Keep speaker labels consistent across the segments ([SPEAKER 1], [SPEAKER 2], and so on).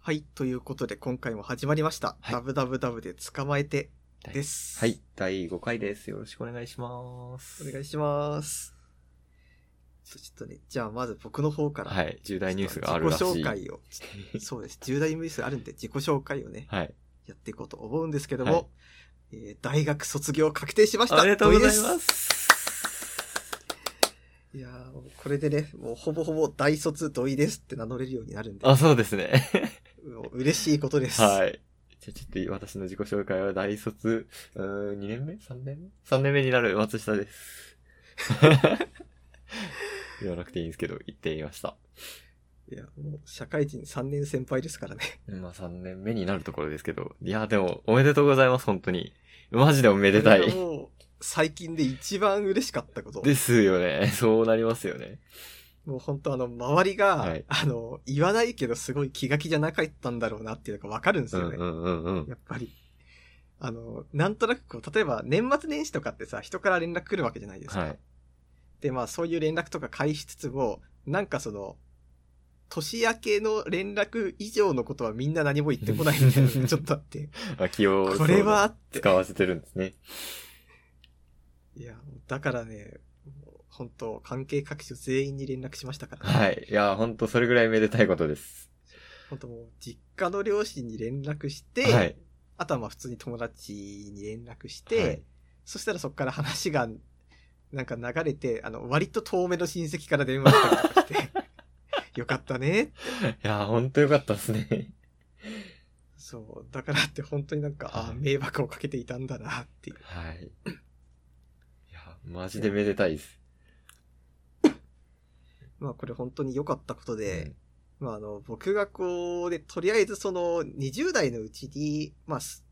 [SPEAKER 1] はい、ということで今回も始まりました。
[SPEAKER 2] はい
[SPEAKER 1] ダブダブダブで捕まえてです。
[SPEAKER 2] はい。。第5回です。よろしくお願いします。
[SPEAKER 1] お願いします。そうちょっとね、じゃあまず僕の方から。
[SPEAKER 2] はい。重大ニュースがあるらしい。
[SPEAKER 1] 自己紹介を。そう です。重大ニュースあるんで自己紹介をね、
[SPEAKER 2] はい。
[SPEAKER 1] やっていこうと思うんですけども、
[SPEAKER 2] はい
[SPEAKER 1] えー大学卒業確定しました
[SPEAKER 2] ありがとうござい
[SPEAKER 1] 土井
[SPEAKER 2] ま。
[SPEAKER 1] ですいやーもうこれでね、もうほぼほぼ大卒同意ですって名乗れるようになるんで、
[SPEAKER 2] あ、そうですね。
[SPEAKER 1] もう嬉しいことです。
[SPEAKER 2] はい。じゃあちょっと私の自己紹介は大卒、うーん、2年目 ?3 年目 ?3 年目になる松下です。 言わなくていいんですけど、言ってみました。
[SPEAKER 1] いや、もう社会人3年先輩ですからね。
[SPEAKER 2] まあ3年目になるところですけど。いや、でも、おめでとうございます、本当に。マジでおめでた
[SPEAKER 1] これ
[SPEAKER 2] い
[SPEAKER 1] が。もう最近で一番嬉しかったこと。
[SPEAKER 2] ですよね。そうなりますよね。
[SPEAKER 1] もう本当あの、周りが、
[SPEAKER 2] はい
[SPEAKER 1] あの、言わないけどすごい気が気じゃなかったんだろうなっていうのがわかるんです
[SPEAKER 2] うん
[SPEAKER 1] よ
[SPEAKER 2] う
[SPEAKER 1] ね。
[SPEAKER 2] んうんうん。
[SPEAKER 1] やっぱり。あの、なんとなくこう、例えば年末年始とかってさ、人から連絡来るわけじゃないですか。
[SPEAKER 2] はい。
[SPEAKER 1] で、まあそういう連絡とか返しつつも、なんかその、年明けの連絡以上のことはみんな何も言ってこないみたいなのがちょっとあって、
[SPEAKER 2] あ、気を、
[SPEAKER 1] これはあ
[SPEAKER 2] そう
[SPEAKER 1] って。
[SPEAKER 2] 使わせてるんですね。
[SPEAKER 1] いや、だからね、もう本当関係各所全員に連絡しましたから、
[SPEAKER 2] はい。いや、ほんとそれぐらいめでたいことです。
[SPEAKER 1] 本当もう実家の両親に連絡して、
[SPEAKER 2] はい。
[SPEAKER 1] あとはまあ普通に友達に連絡し
[SPEAKER 2] は
[SPEAKER 1] て、
[SPEAKER 2] い
[SPEAKER 1] そしたらそこから話がなんか流れて、あの、割と遠目の親戚から電話がかかってき て、よかったね。
[SPEAKER 2] いや、ほんとよかったですね。
[SPEAKER 1] そう、だからって本当になんか、ああ迷惑をかけていたんだなっていう。
[SPEAKER 2] はい。いや、マジでめでたいです。
[SPEAKER 1] まあこれ本当に良かったことで、まあ、あの、僕がこう、で、とりあえずその、20代のうちに、まあ、す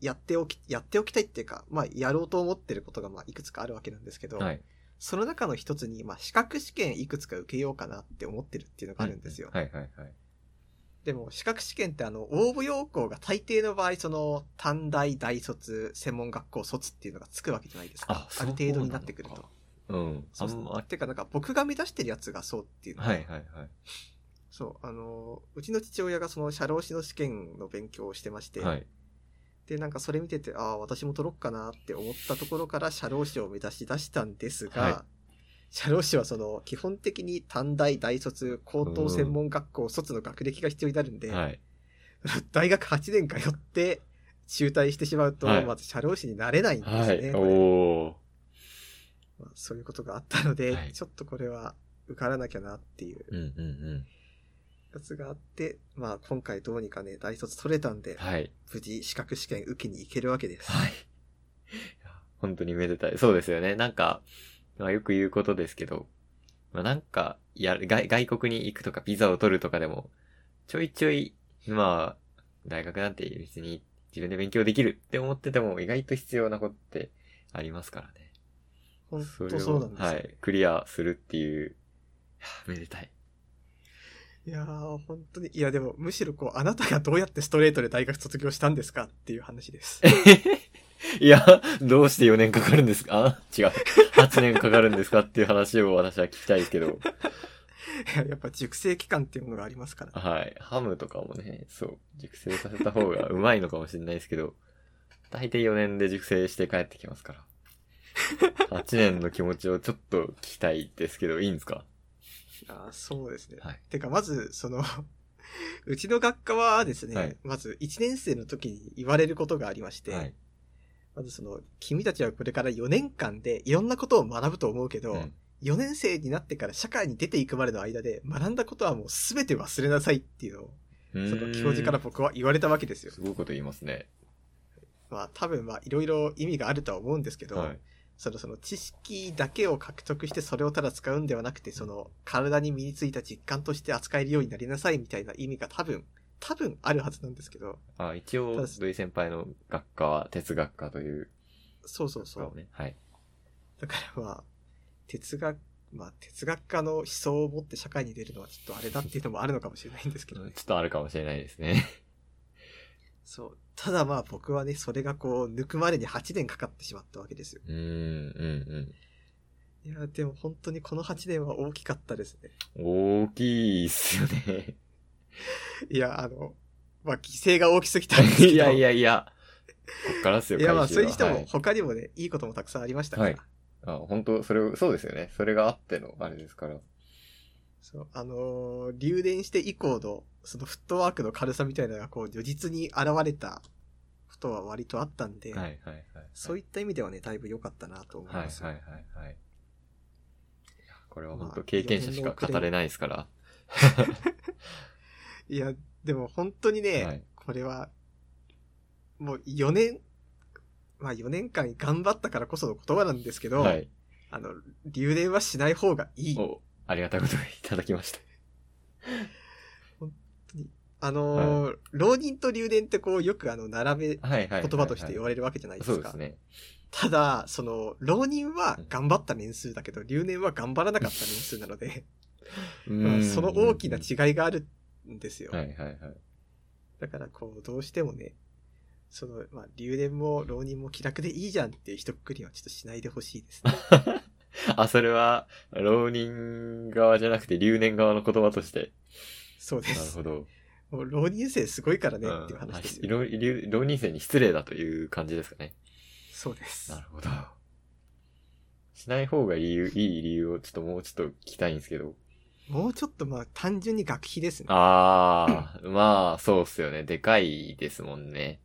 [SPEAKER 1] やっておき、やっておきたいっていうか、まあ、やろうと思ってることが、まあ、いくつかあるわけなんですけ
[SPEAKER 2] う
[SPEAKER 1] ど、
[SPEAKER 2] ん、はい。
[SPEAKER 1] その中の一つに、まあ、資格試験いくつか受けようかなって思ってるっていうのがあるんですよ。
[SPEAKER 2] はいはいはい。
[SPEAKER 1] でも、資格試験ってあの、応募要項が大抵の場合、その、短大、大卒、専門学校卒っていうのがつくわけじゃないですか。ある程度になってくると。。
[SPEAKER 2] そうなのか
[SPEAKER 1] そう
[SPEAKER 2] うん。あんま、
[SPEAKER 1] てか、なんか僕が目指してるやつがそうっていうのが
[SPEAKER 2] はいはいはい。
[SPEAKER 1] そう、あの、うちの父親がその社労士の試験の勉強をしてまして、
[SPEAKER 2] はい。
[SPEAKER 1] で、なんかそれ見てて、ああ、私も取ろっかなって思ったところから社労士を目指し出したんですが、
[SPEAKER 2] は
[SPEAKER 1] 社労士はその、基本的に短大、大卒、高等専門学校、卒の学歴が必要になるんで、
[SPEAKER 2] はい。
[SPEAKER 1] 大学8年通って、中退してしまうと、
[SPEAKER 2] はい
[SPEAKER 1] まず社労士になれないんですね。
[SPEAKER 2] はい。
[SPEAKER 1] これ
[SPEAKER 2] おー。
[SPEAKER 1] まあそういうことがあったので、
[SPEAKER 2] はい
[SPEAKER 1] ちょっとこれは受からなきゃなっていう
[SPEAKER 2] うんうんうん。
[SPEAKER 1] やつがあって、まあ今回どうにかね、大卒取れたんで、
[SPEAKER 2] はい。
[SPEAKER 1] 無事資格試験受けに行けるわけです。
[SPEAKER 2] はい。いや本当にめでたい。そうですよね。なんか、まあ、よく言うことですけど、まあ、なんか、や、外、外国に行くとか、ビザを取るとかでも、ちょいちょい、まあ、大学なんて別に自分で勉強できるって思ってても、意外と必要なことってありますからね。
[SPEAKER 1] 本
[SPEAKER 2] れ
[SPEAKER 1] 当
[SPEAKER 2] を
[SPEAKER 1] そうなんですよ。、
[SPEAKER 2] はいい。クリアするっていう、いやめでたい。
[SPEAKER 1] やー、本当に。いや、でも、むしろこう、あなたがどうやってストレートで大学卒業したんですかっていう話です。
[SPEAKER 2] いや、どうして4年かかるんですかあ違う。8年かかるんですかっていう話を私は聞きたいですけど。
[SPEAKER 1] やっぱ熟成期間っていうものがありますから。
[SPEAKER 2] はい。ハムとかもね、そう、熟成させた方がうまいのかもしれないです けど、大体4年で熟成して帰ってきますから。8年の気持ちをちょっと聞きたいですけど、いいんですか
[SPEAKER 1] あーそうですね。
[SPEAKER 2] はい。
[SPEAKER 1] てか、まず、その、 うちの学科はですね、
[SPEAKER 2] はい
[SPEAKER 1] まず1年生の時に言われることがありまして、
[SPEAKER 2] はい。
[SPEAKER 1] まずその、君たちはこれから4年間でいろんなことを学ぶと思うけど、
[SPEAKER 2] うん
[SPEAKER 1] 4年生になってから社会に出ていくまでの間で学んだことはもう全て忘れなさいっていうのをその教授から
[SPEAKER 2] う
[SPEAKER 1] 僕は言われたわけです
[SPEAKER 2] ーん
[SPEAKER 1] よ。
[SPEAKER 2] すごいこと言いますね。
[SPEAKER 1] まあ多分まあいろいろ意味があるとは思うんですけど、
[SPEAKER 2] はい。
[SPEAKER 1] そのその知識だけを獲得してそれをただ使うんではなくて、その体に身についた実感として扱えるようになりなさいみたいな意味が多分、多分あるはずなんですけど、
[SPEAKER 2] あ、一応、土井先輩の学科は哲学科という
[SPEAKER 1] そうそうそ
[SPEAKER 2] 学科
[SPEAKER 1] う
[SPEAKER 2] を。ね。はい。
[SPEAKER 1] だからまあ、哲学、まあ哲学家の思想を持って社会に出るのはちょっとあれだっていうのもあるのかもしれないんですけ
[SPEAKER 2] ち
[SPEAKER 1] ど
[SPEAKER 2] ょ
[SPEAKER 1] ね
[SPEAKER 2] っ。とあるかもしれないですね。
[SPEAKER 1] そう。ただまあ僕はね、それがこう、抜くまでに8年かかってしまったわけですよ。
[SPEAKER 2] うーん、うん、
[SPEAKER 1] いや、でも本当にこの8年は大きかったですね。
[SPEAKER 2] うん。大きいっすよね。
[SPEAKER 1] いや、あの、まあ、規制が大きすぎたんですけど。
[SPEAKER 2] いやいやいや。こっからっすよ、
[SPEAKER 1] いや、まあ、
[SPEAKER 2] 回収
[SPEAKER 1] そ
[SPEAKER 2] は
[SPEAKER 1] れにして
[SPEAKER 2] は
[SPEAKER 1] も、
[SPEAKER 2] い
[SPEAKER 1] 他にもね、いいこともたくさんありましたから。
[SPEAKER 2] はいあ、本当それを、そうですよね。それがあっての、あれですから。
[SPEAKER 1] そう、あのー留電して以降の、そのフットワークの軽さみたいなのが、こう、如実に現れたことは割とあったんで、
[SPEAKER 2] はいはいはい。
[SPEAKER 1] そういった意味ではね、だいぶ良かったなと思い
[SPEAKER 2] はいはい
[SPEAKER 1] ます。
[SPEAKER 2] はいはい。いやこれは本
[SPEAKER 1] ま
[SPEAKER 2] 当
[SPEAKER 1] あ
[SPEAKER 2] 経験者しか語れないですから。
[SPEAKER 1] いや、でも本当にね、
[SPEAKER 2] はい
[SPEAKER 1] これは、もう4年、まあ4年間頑張ったからこその言葉なんですけど、
[SPEAKER 2] はい。
[SPEAKER 1] あの、留年はしない方がいい。
[SPEAKER 2] お、ありがたいことをいただきました。
[SPEAKER 1] あのー浪人と留年ってこう、よくあの、並べ、
[SPEAKER 2] はいはいはい、はい。
[SPEAKER 1] 言葉として言
[SPEAKER 2] わ
[SPEAKER 1] われるわけじゃないですか。
[SPEAKER 2] そうですね。
[SPEAKER 1] ただ、その、浪人は頑張った年数だけど、留年は頑張らなかった年数なので、
[SPEAKER 2] う
[SPEAKER 1] まあ
[SPEAKER 2] ん
[SPEAKER 1] その大きな違いがあるんですよ。
[SPEAKER 2] はいはいはい。
[SPEAKER 1] だから、こう、どうしてもね、その、まあ、留年も浪人も気楽でいいじゃんっていう一括りはちょっとしないでほしいです ね。
[SPEAKER 2] あ、それは、浪人側じゃなくて留年側の言葉として。
[SPEAKER 1] そうで
[SPEAKER 2] なる
[SPEAKER 1] す
[SPEAKER 2] ほ。ど。
[SPEAKER 1] もう浪人生すごいからね
[SPEAKER 2] うん
[SPEAKER 1] っていう話です
[SPEAKER 2] あ
[SPEAKER 1] よ。
[SPEAKER 2] 浪留浪人生に失礼だという感じですかね。
[SPEAKER 1] そうです
[SPEAKER 2] な。るほど。しない方が理由、いい理由をちょっともうちょっと聞きたいんですけど。
[SPEAKER 1] もうちょっとまあ、単純に学費ですね。
[SPEAKER 2] あ あ、まあ、そうっすよね。でかいですもんね。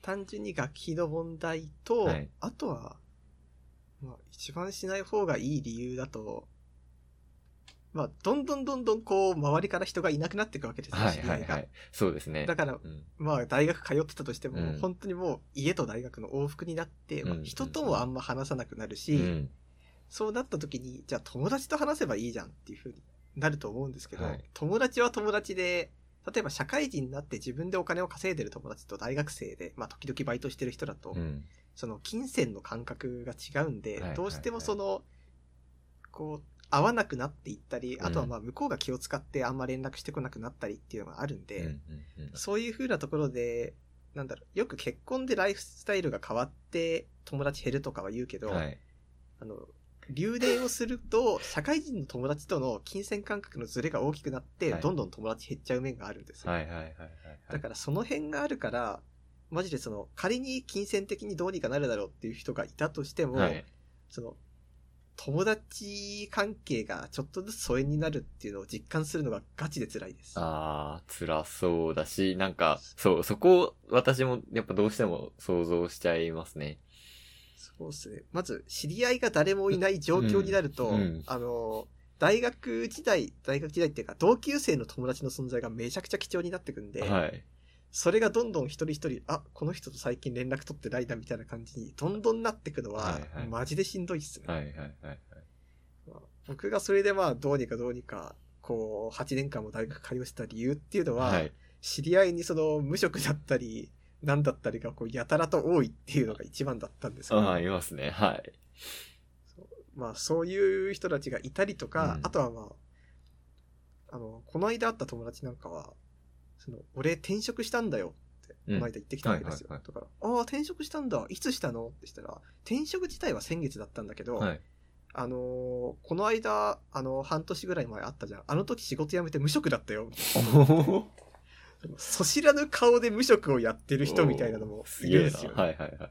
[SPEAKER 1] 単純に学費の問題と、
[SPEAKER 2] はい
[SPEAKER 1] あとは、まあ、一番しない方がいい理由だと、まあ、どんどんどんどんこう、周りから人がいなくなっていくわけですよ
[SPEAKER 2] はい
[SPEAKER 1] 知り
[SPEAKER 2] は
[SPEAKER 1] 合
[SPEAKER 2] い
[SPEAKER 1] い
[SPEAKER 2] は
[SPEAKER 1] が
[SPEAKER 2] い。そうですね。
[SPEAKER 1] だから、
[SPEAKER 2] うん
[SPEAKER 1] まあ、大学通ってたとしても、
[SPEAKER 2] うん
[SPEAKER 1] 本当にもう、家と大学の往復になって、まあ
[SPEAKER 2] うん
[SPEAKER 1] 人ともあんま話さなくなるし、
[SPEAKER 2] うん。
[SPEAKER 1] そうなった時に、じゃあ友達と話せばいいじゃんっていうふうになると思うんですけど、
[SPEAKER 2] はい
[SPEAKER 1] 友達は友達で、例えば社会人になって自分でお金を稼いでる友達と大学生で、まあ時々バイトしてる人だと、
[SPEAKER 2] うん。
[SPEAKER 1] その金銭の感覚が違うんで、
[SPEAKER 2] はいはい
[SPEAKER 1] どうしてもその、こう、合わなくなっていったり、あとはまあ向こうが気を使ってあんま連絡してこなくなったりっていうのがあるんで、
[SPEAKER 2] うんうんうん
[SPEAKER 1] そういう風なところで、なんだろう、よく結婚でライフスタイルが変わって友達減るとかは言うけど、
[SPEAKER 2] はい。
[SPEAKER 1] あの、留年をすると、社会人の友達との金銭感覚のズレが大きくなって、
[SPEAKER 2] はい
[SPEAKER 1] どんどん友達減っちゃう面があるんですよ。
[SPEAKER 2] はいはいはいはいはい。
[SPEAKER 1] だからその辺があるから、マジでその、仮に金銭的にどうにかなるだろうっていう人がいたとしても、
[SPEAKER 2] はい。
[SPEAKER 1] その、友達関係がちょっとずつ疎遠になるっていうのを実感するのがガチで辛いです。
[SPEAKER 2] ああ、辛そうだし、なんか、そう、そこを私もやっぱどうしても想像しちゃいますね。
[SPEAKER 1] そうですね。まず、知り合いが誰もいない状況になると、
[SPEAKER 2] うんうん
[SPEAKER 1] あの、大学時代、大学時代っていうか、同級生の友達の存在がめちゃくちゃ貴重になってくんで、
[SPEAKER 2] はい。
[SPEAKER 1] それがどんどん一人一人、あ、この人と最近連絡取ってないなみたいな感じに、どんどんなってくのは、
[SPEAKER 2] はいはい
[SPEAKER 1] マジでしんどいっすね。
[SPEAKER 2] はいはいはいはい。
[SPEAKER 1] まあ僕がそれでまあ、どうにかどうにか、こう、8年間も大学通ってた理由っていうのは、
[SPEAKER 2] はい。
[SPEAKER 1] 知り合いにその、無職だったり、なんだったりが、こう、やたらと多いっていうのが一番だったんですけど
[SPEAKER 2] ああ、いますね。はい。
[SPEAKER 1] まあ、そういう人たちがいたりとか、
[SPEAKER 2] うん
[SPEAKER 1] あとはまあ、あの、この間会った友達なんかは、その、俺転職したんだよって、こ
[SPEAKER 2] うん
[SPEAKER 1] の間言ってきたわけですよ。
[SPEAKER 2] はいはい
[SPEAKER 1] だから、ああ、転職したんだ、いつしたのってしたら、転職自体は先月だったんだけど、
[SPEAKER 2] はい。
[SPEAKER 1] あのーこの間、あの、半年ぐらい前あったじゃん。あの時仕事辞めて無職だったよ。
[SPEAKER 2] お
[SPEAKER 1] そ知らぬ顔で無職をやってる人みたいなのも
[SPEAKER 2] す
[SPEAKER 1] いるん
[SPEAKER 2] げえ
[SPEAKER 1] で
[SPEAKER 2] な。
[SPEAKER 1] すよね、
[SPEAKER 2] はいはいは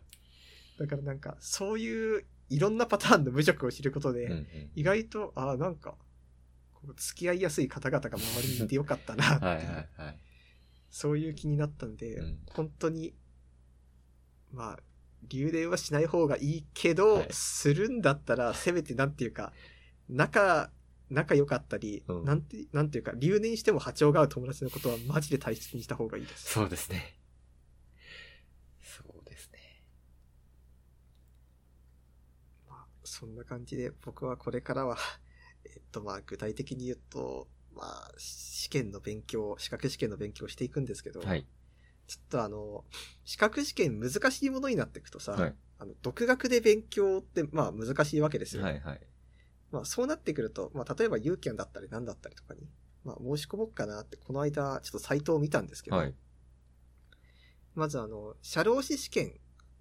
[SPEAKER 1] だからなんか、そういう、いろんなパターンの無職を知ることで、
[SPEAKER 2] い。うんうん
[SPEAKER 1] 意外と、ああ、なんか、こう付き合いやすい方々が周りにいてよかったなって
[SPEAKER 2] はい
[SPEAKER 1] い
[SPEAKER 2] は
[SPEAKER 1] う、
[SPEAKER 2] いはい。
[SPEAKER 1] そういう気になったんで、
[SPEAKER 2] うん
[SPEAKER 1] 本当に、まあ、留年はしない方がいいけど、
[SPEAKER 2] はい
[SPEAKER 1] するんだったら、せめてなんていうか、仲、仲良かったり、
[SPEAKER 2] うん
[SPEAKER 1] なんて、なんていうか、留年しても波長が合う友達のことはマジで大切にした方がいいです。
[SPEAKER 2] そうですね。そうですね。
[SPEAKER 1] まあそんな感じで、僕はこれからは、えっとまあ、具体的に言うと、まあ、試験の勉強、資格試験の勉強をしていくんですけど、
[SPEAKER 2] はい。
[SPEAKER 1] ちょっとあの、資格試験難しいものになっていくとさ、
[SPEAKER 2] はい。
[SPEAKER 1] あの独学で勉強ってまあ難しいわけですよ。
[SPEAKER 2] はいはい。ま
[SPEAKER 1] まあそうなってくると、まあ例えば有権だったり何だったりとかに、まあ申し込もうかなってこの間ちょっとサイトを見たんですけど、
[SPEAKER 2] はい。
[SPEAKER 1] まずあの、社労士試験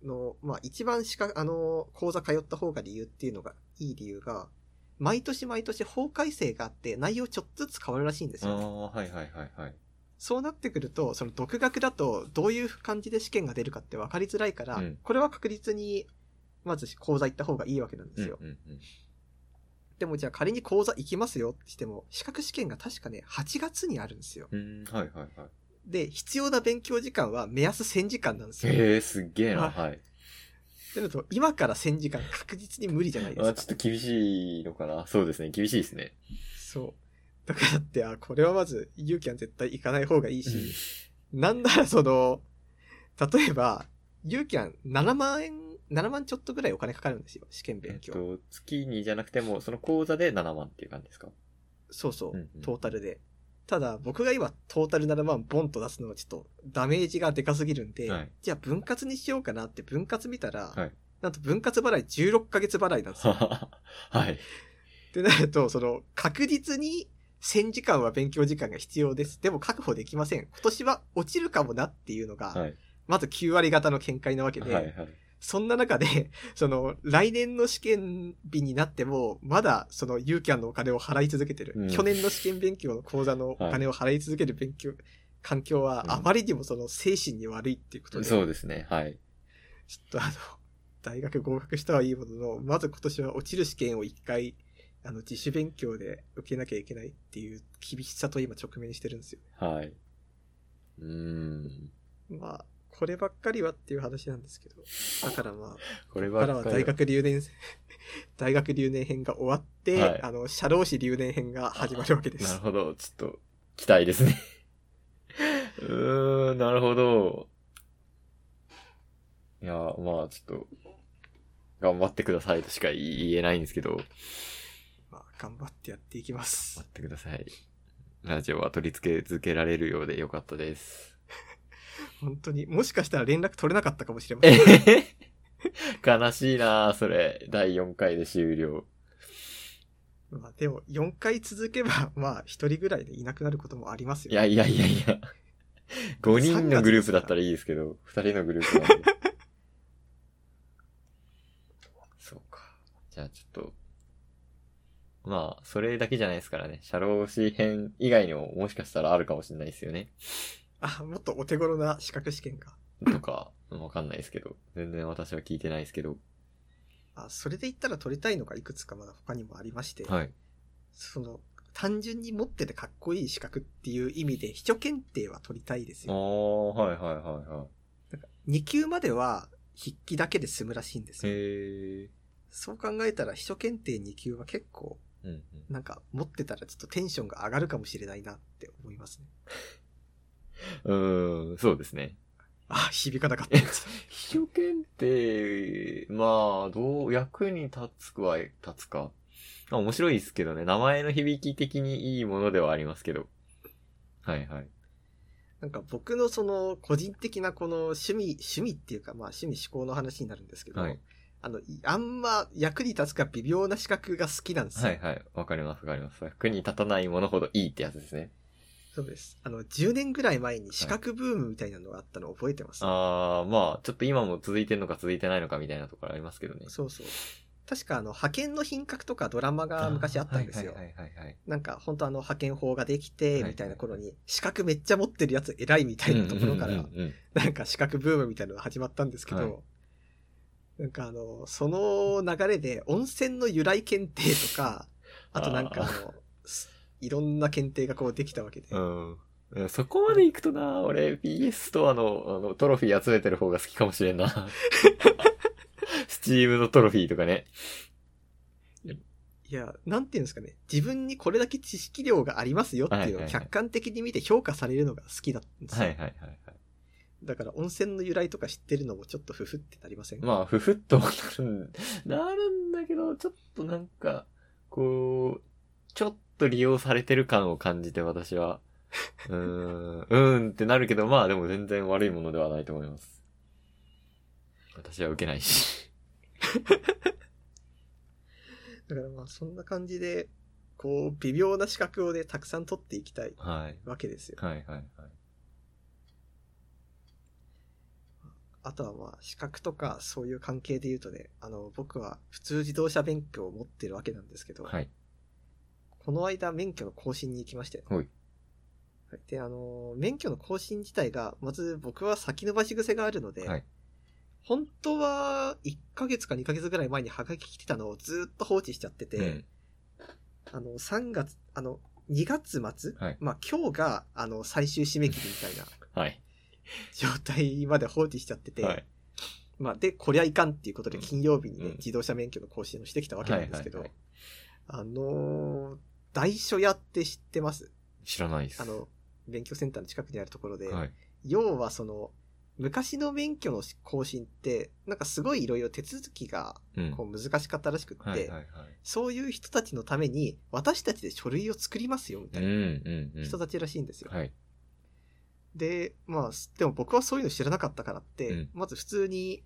[SPEAKER 1] の、まあ一番資格、あの、講座通った方が理由っていうのが、いい理由が、毎年毎年法改正があって内容ちょっとずつ変わるらしいんです
[SPEAKER 2] あ
[SPEAKER 1] よね。
[SPEAKER 2] あ、はいはいはいはい。
[SPEAKER 1] そうなってくると、その独学だとどういう感じで試験が出るかって分かりづらいから、
[SPEAKER 2] うん
[SPEAKER 1] これは確実に、まず講座行った方がいいわけなんで
[SPEAKER 2] うん
[SPEAKER 1] すよ。
[SPEAKER 2] うんうん
[SPEAKER 1] でもじゃあ仮に講座行きますよってしても、資格試験が確かね、8月にあるんですよ。
[SPEAKER 2] うん。はいはいはい。
[SPEAKER 1] で、必要な勉強時間は目安1000時間なんですよ。
[SPEAKER 2] へえ、すっげえな、
[SPEAKER 1] は
[SPEAKER 2] はい。
[SPEAKER 1] ってなると、今から1000時間確実に無理じゃないで
[SPEAKER 2] あ、
[SPEAKER 1] す
[SPEAKER 2] ちょっ
[SPEAKER 1] か。
[SPEAKER 2] と厳しいのかな。そうですね、厳しいですね。
[SPEAKER 1] そう。だからって、あ、これはまず、勇気は絶対行かない方がいいし、なんならその、例えば、ユーキャン7万円、7万ちょっとぐらいお金かかるんですよ、試験
[SPEAKER 2] え
[SPEAKER 1] 勉
[SPEAKER 2] っ
[SPEAKER 1] 強。
[SPEAKER 2] と、月にじゃなくても、その講座で7万っていう感じですか
[SPEAKER 1] そうそう、
[SPEAKER 2] うんうん
[SPEAKER 1] トータルで。ただ、僕が今、トータル7万ボンと出すのはちょっとダメージがでかすぎるんで、
[SPEAKER 2] はい
[SPEAKER 1] じゃあ分割にしようかなって分割見たら、
[SPEAKER 2] はい
[SPEAKER 1] なんと分割払い16ヶ月払いなんですよ。
[SPEAKER 2] はい。
[SPEAKER 1] ってなると、その、確実に1000時間は勉強時間が必要です。でも確保できません。今年は落ちるかもなっていうのが、
[SPEAKER 2] はい。
[SPEAKER 1] まず9割型の見解なわけで、
[SPEAKER 2] はいはい。
[SPEAKER 1] そんな中で、 その、来年の試験日になっても、まだ、その、ユーキャンのお金を払い続けてる。
[SPEAKER 2] うん
[SPEAKER 1] 去年の試験勉強の講座のお金を払い続ける勉強、環境は、
[SPEAKER 2] うん
[SPEAKER 1] あまりにもその、精神に悪いっていうことで、
[SPEAKER 2] そうですね、はい。
[SPEAKER 1] ちょっとあの、大学合格したはいいものの、まず今年は落ちる試験を一回、あの、自主勉強で受けなきゃいけないっていう厳しさと今直面してるんですよ。
[SPEAKER 2] はい。うーん。
[SPEAKER 1] まあ、こればっかりはっていう話なんですけど。だからまあ、
[SPEAKER 2] これ
[SPEAKER 1] ここから
[SPEAKER 2] ば
[SPEAKER 1] は
[SPEAKER 2] っかり
[SPEAKER 1] 大学留年、 大学留年編が終わって、
[SPEAKER 2] はい
[SPEAKER 1] あの、社労士留年編が始まるわけで
[SPEAKER 2] なる
[SPEAKER 1] す。
[SPEAKER 2] ほど。ちょっと、期待ですね。 うーん、なるほど。いや、まあ、ちょっと、頑張ってくださいとしか言えないんですけど、頑
[SPEAKER 1] まあ、頑張ってやっていきま
[SPEAKER 2] 張っ
[SPEAKER 1] す。
[SPEAKER 2] てください。ラジオは取り付け続けられるようでよかったです。
[SPEAKER 1] 本当に、もしかしたら連絡取れなかったかもしれま
[SPEAKER 2] え
[SPEAKER 1] せん。
[SPEAKER 2] へへ悲しいなそれ。第4回で終了。
[SPEAKER 1] まあ、でも、4回続けば、まあ、一人ぐらいでいなくなることもありますよ。
[SPEAKER 2] いやいやいやいや。5人のグループだったらいいですけど、2人のグループなんで。そうか。じゃあちょっと。まあ、それだけじゃないですからね。社労士編以外にももしかしたらあるかもしれないですよね。
[SPEAKER 1] あ、もっとお手頃な資格試験が。
[SPEAKER 2] とか、わかんないですけど。全然私は聞いてないですけど。
[SPEAKER 1] あ、それで言ったら取りたいのがいくつかまだ他にもありまして、
[SPEAKER 2] はい。
[SPEAKER 1] その、単純に持っててかっこいい資格っていう意味で、秘書検定は取りたいです
[SPEAKER 2] あ
[SPEAKER 1] よ。
[SPEAKER 2] あ、はいはいはいはい。
[SPEAKER 1] 2級までは、筆記だけで済むらしいんですよ。
[SPEAKER 2] へえ。
[SPEAKER 1] そう考えたら、秘書検定2級は結構、
[SPEAKER 2] うんうん。
[SPEAKER 1] なんか、持ってたらちょっとテンションが上がるかもしれないなって思いますね。
[SPEAKER 2] うーん、そうですね。
[SPEAKER 1] あ、響かなかったです。
[SPEAKER 2] 秘書検定、まあ、どう、役に立つくは、立つか。まあ、面白いですけどね。名前の響き的にいいものではありますけど。はいはい。
[SPEAKER 1] なんか僕のその、個人的なこの趣味、趣味っていうか、まあ趣味思考の話になるんですけど、
[SPEAKER 2] はい
[SPEAKER 1] あの、いあんま役に立つか微妙な資格が好きなんですよ。
[SPEAKER 2] はいはい。わかりますわかります。役に立たないものほどいいってやつですね。
[SPEAKER 1] そうです。あの、10年ぐらい前に資格ブームみたいなのがあったの覚えてます、
[SPEAKER 2] あー、まあ、ちょっと今も続いてんのか続いてないのかみたいなところありますけどね。
[SPEAKER 1] そうそう。確かあの、派遣の品格とかドラマが昔あったんですよ。
[SPEAKER 2] はいはいはいはいはい。
[SPEAKER 1] なんか本当あの派遣法ができて、
[SPEAKER 2] はい
[SPEAKER 1] みたいな頃に、資格めっちゃ持ってるやつ偉いみたいなところか
[SPEAKER 2] うんう
[SPEAKER 1] ら
[SPEAKER 2] ん、うんうん
[SPEAKER 1] なんか資格ブームみたいなのが始まったんですけど、
[SPEAKER 2] はい
[SPEAKER 1] なんかあの、その流れで温泉の由来検定とか、あとなんかあ
[SPEAKER 2] あ
[SPEAKER 1] の、すいろんな検定がこうできたわけで、
[SPEAKER 2] うん。そこまで行くとな、俺 PS ストアのあのトロフィー集めてる方が好きかもしれん な。スチームのトロフィーとかね。
[SPEAKER 1] いや、なんていうんですかね、自分にこれだけ知識量がありますよっていうの
[SPEAKER 2] はいは
[SPEAKER 1] を
[SPEAKER 2] いはい
[SPEAKER 1] 客観的に見て評価されるのが好きだったんですよ。
[SPEAKER 2] はいはいはいはい。
[SPEAKER 1] だから温泉の由来とか知ってるのもちょっとふふってなりません、
[SPEAKER 2] まあ、ふふっとなるん、なるんだけど、ちょっとなんか、こう、ちょっと利用されてる感を感じて私 は、うーん、うーんってなるけど、まあでも全然悪いものではないと思います。私は受けないし。
[SPEAKER 1] だからまあそんな感じで、こう、微妙な資格をね、たくさん取っていきたい
[SPEAKER 2] はい。
[SPEAKER 1] わけですよ。
[SPEAKER 2] はいはいはい。
[SPEAKER 1] あとはまあ、資格とかそういう関係で言うとね、あの、僕は普通自動車免許を持ってるわけなんですけど、
[SPEAKER 2] はい。
[SPEAKER 1] この間免許の更新に行きまして、
[SPEAKER 2] はい
[SPEAKER 1] で、あの、免許の更新自体が、まず僕は先延ばし癖があるので、
[SPEAKER 2] はい
[SPEAKER 1] 本当は1ヶ月か2ヶ月ぐらい前にハガキ来てたのをずっと放置しちゃってて、
[SPEAKER 2] うん。
[SPEAKER 1] あの、3月、あの、2月末、
[SPEAKER 2] はい
[SPEAKER 1] まあ今日が、あの、最終締め切りみたいな
[SPEAKER 2] はい。
[SPEAKER 1] 状態まで放置しちゃってて、
[SPEAKER 2] はい。
[SPEAKER 1] まあで、こりゃいかんっていうことで
[SPEAKER 2] うん
[SPEAKER 1] 金曜日にね、
[SPEAKER 2] うん
[SPEAKER 1] 自動車免許の更新をしてきたわけなんですけど、
[SPEAKER 2] はいは
[SPEAKER 1] あのー、大書屋って知ってます
[SPEAKER 2] 知らないです。
[SPEAKER 1] あの、勉強センターの近くにあるところで、
[SPEAKER 2] はい。
[SPEAKER 1] 要はその、昔の免許の更新って、なんかすごいいろいろ手続きが
[SPEAKER 2] うん。
[SPEAKER 1] こう難しかったらしくって、
[SPEAKER 2] はいはいはい。
[SPEAKER 1] そういう人たちのために私たちで書類を作りますよみ
[SPEAKER 2] う
[SPEAKER 1] た
[SPEAKER 2] ん
[SPEAKER 1] いな
[SPEAKER 2] うんうん。
[SPEAKER 1] 人たちらしいんですよ。
[SPEAKER 2] はい。
[SPEAKER 1] で、まあ、でも僕はそういうの知らなかったからって、
[SPEAKER 2] うん
[SPEAKER 1] まず普通に、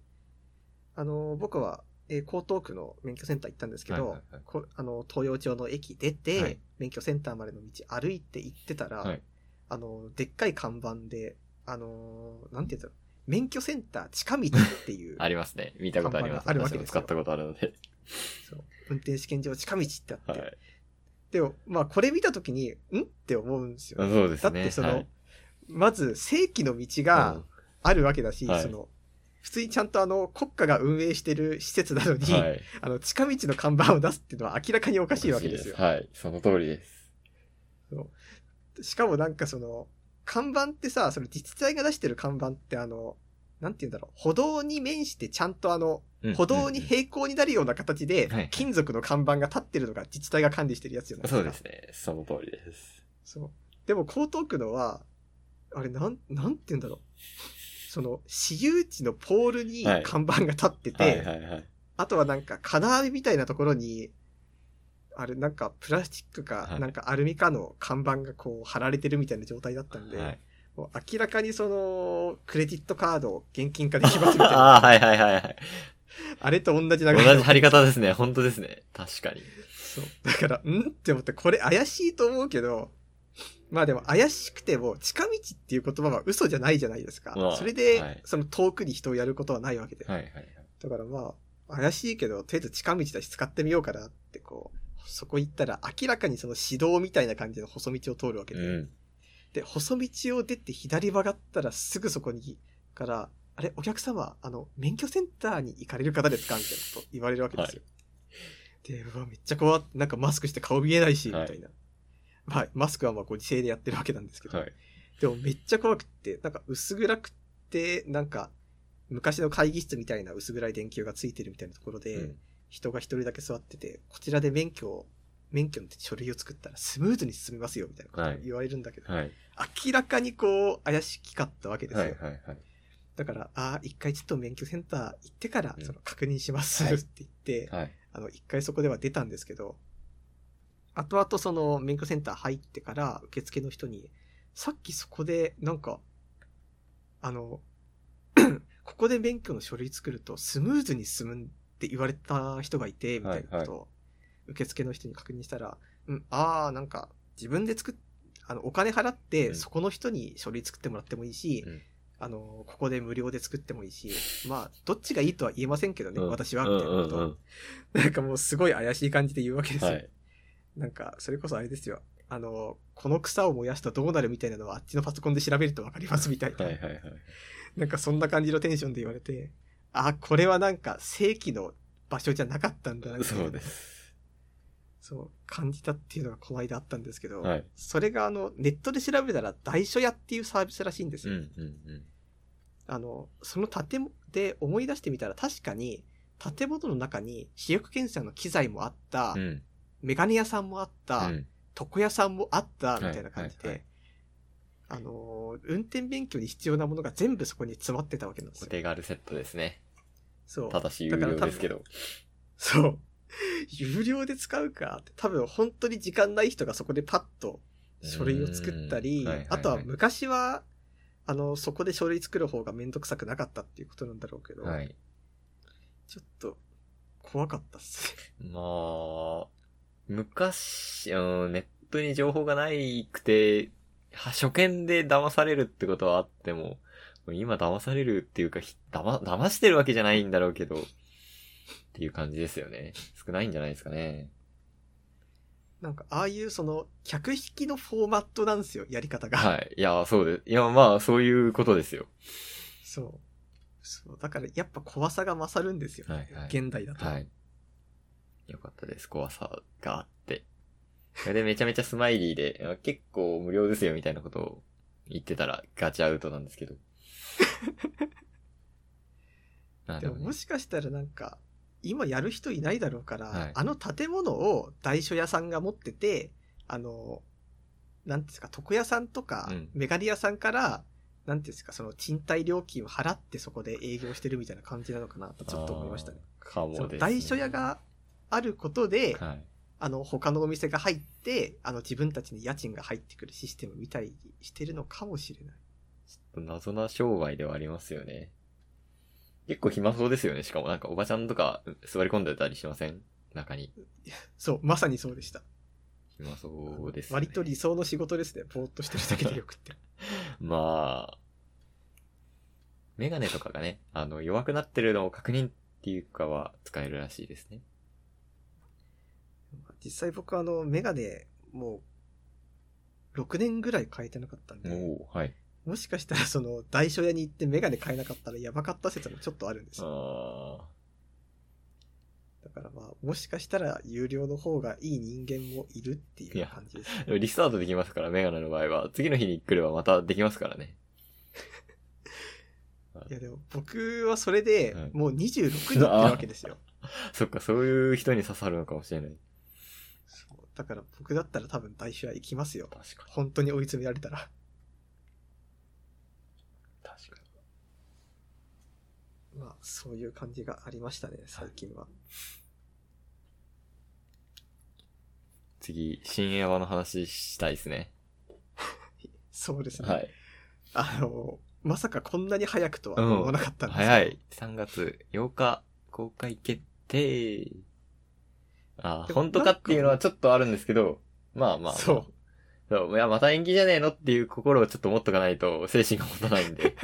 [SPEAKER 1] あの、僕は、えー江東区の免許センター行ったんですけど、
[SPEAKER 2] はいはいはい
[SPEAKER 1] こあの東洋町の駅出て、
[SPEAKER 2] はい
[SPEAKER 1] 免許センターまでの道歩いて行ってたら、
[SPEAKER 2] はい、
[SPEAKER 1] あの、でっかい看板で、あの、なんて言うんだろう、免許センター近道っていう
[SPEAKER 2] ありますね。見たことあります。
[SPEAKER 1] 看板があるわけ
[SPEAKER 2] 私も
[SPEAKER 1] です
[SPEAKER 2] 使
[SPEAKER 1] よ
[SPEAKER 2] ったことあるので。
[SPEAKER 1] そう運転試験場近道ってあって、
[SPEAKER 2] はい。
[SPEAKER 1] でも、まあこれ見たときに、んって思うんですよね、
[SPEAKER 2] そうで
[SPEAKER 1] だ
[SPEAKER 2] す
[SPEAKER 1] っ
[SPEAKER 2] ね。
[SPEAKER 1] てその、
[SPEAKER 2] はい
[SPEAKER 1] まず正規の道があるわけだし、
[SPEAKER 2] はい
[SPEAKER 1] その、普通にちゃんとあの、国家が運営してる施設なの
[SPEAKER 2] うん
[SPEAKER 1] に、
[SPEAKER 2] はい。
[SPEAKER 1] あの、近道の看板を出すっていうのは明らかにおかしいわけですよ。
[SPEAKER 2] はい。その通りです。
[SPEAKER 1] しかもなんかその、看板ってさ、その自治体が出してる看板ってあの、なんて言うんだろう、歩道に面してちゃんとあの、
[SPEAKER 2] うん
[SPEAKER 1] 歩道に平行になるような形
[SPEAKER 2] うんは
[SPEAKER 1] で
[SPEAKER 2] い、
[SPEAKER 1] 金属の看板が立ってるのが自治体が管理してるやつじゃないですか。
[SPEAKER 2] そうですね。その通りです。
[SPEAKER 1] そう。でも江東区のは、あれ、なん、なんて言うんだろう。その、私有地のポールに
[SPEAKER 2] はい
[SPEAKER 1] 看板が立ってて、
[SPEAKER 2] はいはいはい。
[SPEAKER 1] あとはなんか金網みたいなところに、あれ、なんかプラスチック
[SPEAKER 2] は
[SPEAKER 1] か、
[SPEAKER 2] い
[SPEAKER 1] なんかアルミかの看板がこう貼られてるみたいな状態だったんで、
[SPEAKER 2] はい。
[SPEAKER 1] もう明らかにその、クレジットカードを現金化できますみたいな、
[SPEAKER 2] ああ、はいはいはいはい。
[SPEAKER 1] あれと同じ流れ
[SPEAKER 2] 同じ貼り方ですね。本当ですね。確かに。
[SPEAKER 1] そう。だから、んって思って、これ怪しいと思うけど、まあでも怪しくても、近道っていう言葉は嘘じゃないじゃないですか。
[SPEAKER 2] まあ
[SPEAKER 1] それで、
[SPEAKER 2] はい
[SPEAKER 1] その遠くに人をやることはないわけで。
[SPEAKER 2] はいはいはい。
[SPEAKER 1] だからまあ、怪しいけど、とりあえず近道だし使ってみようかなってこう、そこ行ったら明らかにその指導みたいな感じの細道を通るわけで。
[SPEAKER 2] うん。
[SPEAKER 1] で、細道を出て左曲がったらすぐそこに、から、あれ、お客様、あの、免許センターに行かれる方ですかみたいなこと言われるわけですよ。で、うわ、めっちゃ怖っなんかマスクして顔見えないし、み
[SPEAKER 2] はい
[SPEAKER 1] たいな。まあ、マスクはまあご時世でやってるわけなんですけど、
[SPEAKER 2] はい。
[SPEAKER 1] でもめっちゃ怖くって、なんか薄暗くって、なんか、昔の会議室みたいな薄暗い電球がついてるみたいなところで、
[SPEAKER 2] うん
[SPEAKER 1] 人が一人だけ座ってて、こちらで免許を、免許の書類を作ったらスムーズに進みますよ、みたいなことを言われるんだけど、
[SPEAKER 2] はい。
[SPEAKER 1] 明らかにこう、怪しかったわけですよ。
[SPEAKER 2] はいはいはい。
[SPEAKER 1] だから、ああ、一回ちょっと免許センター行ってから
[SPEAKER 2] う、ん
[SPEAKER 1] その確認しますっ
[SPEAKER 2] はい
[SPEAKER 1] て言って、
[SPEAKER 2] はい。
[SPEAKER 1] あの、一回そこでは出たんですけど、後々その免許センター入ってから、受付の人に、さっきそこで、なんか、あの、 ここで免許の書類作るとスムーズに進むって言われた人がいて、みたいなことを、受付の人に確認したら、うん、ああ、なんか、自分で作っ、あの、お金払っ
[SPEAKER 2] う
[SPEAKER 1] て、
[SPEAKER 2] ん
[SPEAKER 1] そこの人に書類作ってもらってもいいし、
[SPEAKER 2] うん
[SPEAKER 1] あの、ここで無料で作ってもいいし、まあ、どっちがいいとは言えませんけどね、
[SPEAKER 2] うん
[SPEAKER 1] 私は、みたいなことを なんかもうすごい怪しい感じで言うわけですよ。
[SPEAKER 2] はい。
[SPEAKER 1] なんか、それこそあれですよ。あの、この草を燃やしたらどうなるみたいなのはあっちのパソコンで調べるとわかりますみたいな。
[SPEAKER 2] はいはいはい。
[SPEAKER 1] なんかそんな感じのテンションで言われて、あ、これはなんか正規の場所じゃなかったんだなみたいな
[SPEAKER 2] そうです。
[SPEAKER 1] そう、感じたっていうのがこの間あったんですけど、
[SPEAKER 2] はい。
[SPEAKER 1] それがあの、ネットで調べたら大書屋っていうサービスらしいんです
[SPEAKER 2] うん
[SPEAKER 1] よ。
[SPEAKER 2] うん
[SPEAKER 1] あの、その建物で思い出してみたら確かに、建物の中に視力検査の機材もあった、
[SPEAKER 2] うん。うん。
[SPEAKER 1] メガネ屋さんもあった、
[SPEAKER 2] うん
[SPEAKER 1] 床屋さんもあったみたいな感じ
[SPEAKER 2] はい
[SPEAKER 1] で、あのー、運転勉強に必要なものが全部そこに詰まってたわけなんです
[SPEAKER 2] お
[SPEAKER 1] よ。
[SPEAKER 2] 手軽セットですね。
[SPEAKER 1] そう。
[SPEAKER 2] ただし有料ですけど。
[SPEAKER 1] そう。有料で使うかって、多分本当に時間ない人がそこでパッと書類を作ったり、
[SPEAKER 2] うんはいはいはい
[SPEAKER 1] あとは昔は、あの、そこで書類作る方がめんどくさくなかったっていうことなんだろうけど、
[SPEAKER 2] はい。
[SPEAKER 1] ちょっと怖かったっす。
[SPEAKER 2] まあ、昔、うん、ネットに情報がないくて、は初見で騙されるってことはあっても、今騙されるっていうか、ひ騙、騙してるわけじゃないんだろう けど、っていう感じですよね。少ないんじゃないですかね。
[SPEAKER 1] なんか、ああいうその、客引きのフォーマットなんですよ、やり方が。
[SPEAKER 2] はい。いや、そうです。いや、まあ、そういうことですよ。
[SPEAKER 1] そう。そう。だから、やっぱ怖さが勝るんですよ。
[SPEAKER 2] はいはい
[SPEAKER 1] 現代だと。
[SPEAKER 2] はい。よかったです。怖さがあって。それで、めちゃめちゃスマイリーで、あ結構無料ですよ、みたいなことを言ってたら、ガチアウトなんです けど。
[SPEAKER 1] で
[SPEAKER 2] あで
[SPEAKER 1] も
[SPEAKER 2] もね
[SPEAKER 1] もしかしたらなんか、今やる人いないだろうから、
[SPEAKER 2] はい
[SPEAKER 1] あの建物を大書屋さんが持ってて、あの、なんていうんですか、床屋さんとか
[SPEAKER 2] うん、
[SPEAKER 1] メガリ屋さんから、なんていうんですか、その賃貸料金を払ってそこで営業してるみたいな感じなのかなとちょっと思いましたね。
[SPEAKER 2] あーかも
[SPEAKER 1] その
[SPEAKER 2] です、ね。
[SPEAKER 1] 大書屋があることで、
[SPEAKER 2] はい。
[SPEAKER 1] あの、他のお店が入って、あの、自分たちに家賃が入ってくるシステムみたいにしてるのかもしれない。
[SPEAKER 2] 謎な商売ではありますよね。結構暇そうですよね。しかもなんかおばちゃんとか座り込んでたりしません中に。
[SPEAKER 1] そう、まさにそうでした。
[SPEAKER 2] 暇そうです、ね。
[SPEAKER 1] 割と理想の仕事ですね。ぼーっとしてるだけでよくっ て。
[SPEAKER 2] まあ、メガネとかがね、あの、弱くなってるのを確認っていうかは使えるらしいですね。
[SPEAKER 1] 実際僕あの、メガネ、もう、6年ぐらい変えてなかったんで、
[SPEAKER 2] おおはい。
[SPEAKER 1] もしかしたらその、代書屋に行ってメガネ変えなかったらやばかった説もちょっとあるんですよ。
[SPEAKER 2] あ
[SPEAKER 1] だからまあ、もしかしたら有料の方がいい人間もいるっていう感じです。
[SPEAKER 2] ーでもリスタートできますから、メガネの場合は。次の日に来ればまたできますからね。
[SPEAKER 1] いやでも、僕はそれで
[SPEAKER 2] はい、
[SPEAKER 1] もう26人いるわけ ですよ。
[SPEAKER 2] そっか、そういう人に刺さるのかもしれない。
[SPEAKER 1] そうだから僕だったら多分代書屋行きますよ。
[SPEAKER 2] 確かに。
[SPEAKER 1] 本当に追い詰められたら。
[SPEAKER 2] 確かに。
[SPEAKER 1] まあ、そういう感じがありましたね、最近は。
[SPEAKER 2] 次、新エヴァの話したいですね。
[SPEAKER 1] そうですね。
[SPEAKER 2] はい。
[SPEAKER 1] あの、まさかこんなに早くとは思わなかったんですけど、
[SPEAKER 2] 早い。3月8日公開決定。あー、
[SPEAKER 1] でも
[SPEAKER 2] 本当かっていうのはちょっとあるんですけど、まあまあ、まあ。
[SPEAKER 1] そう。
[SPEAKER 2] そう。いや、また延期じゃねえのっていう心をちょっと持っとかないと精神が持たないん で。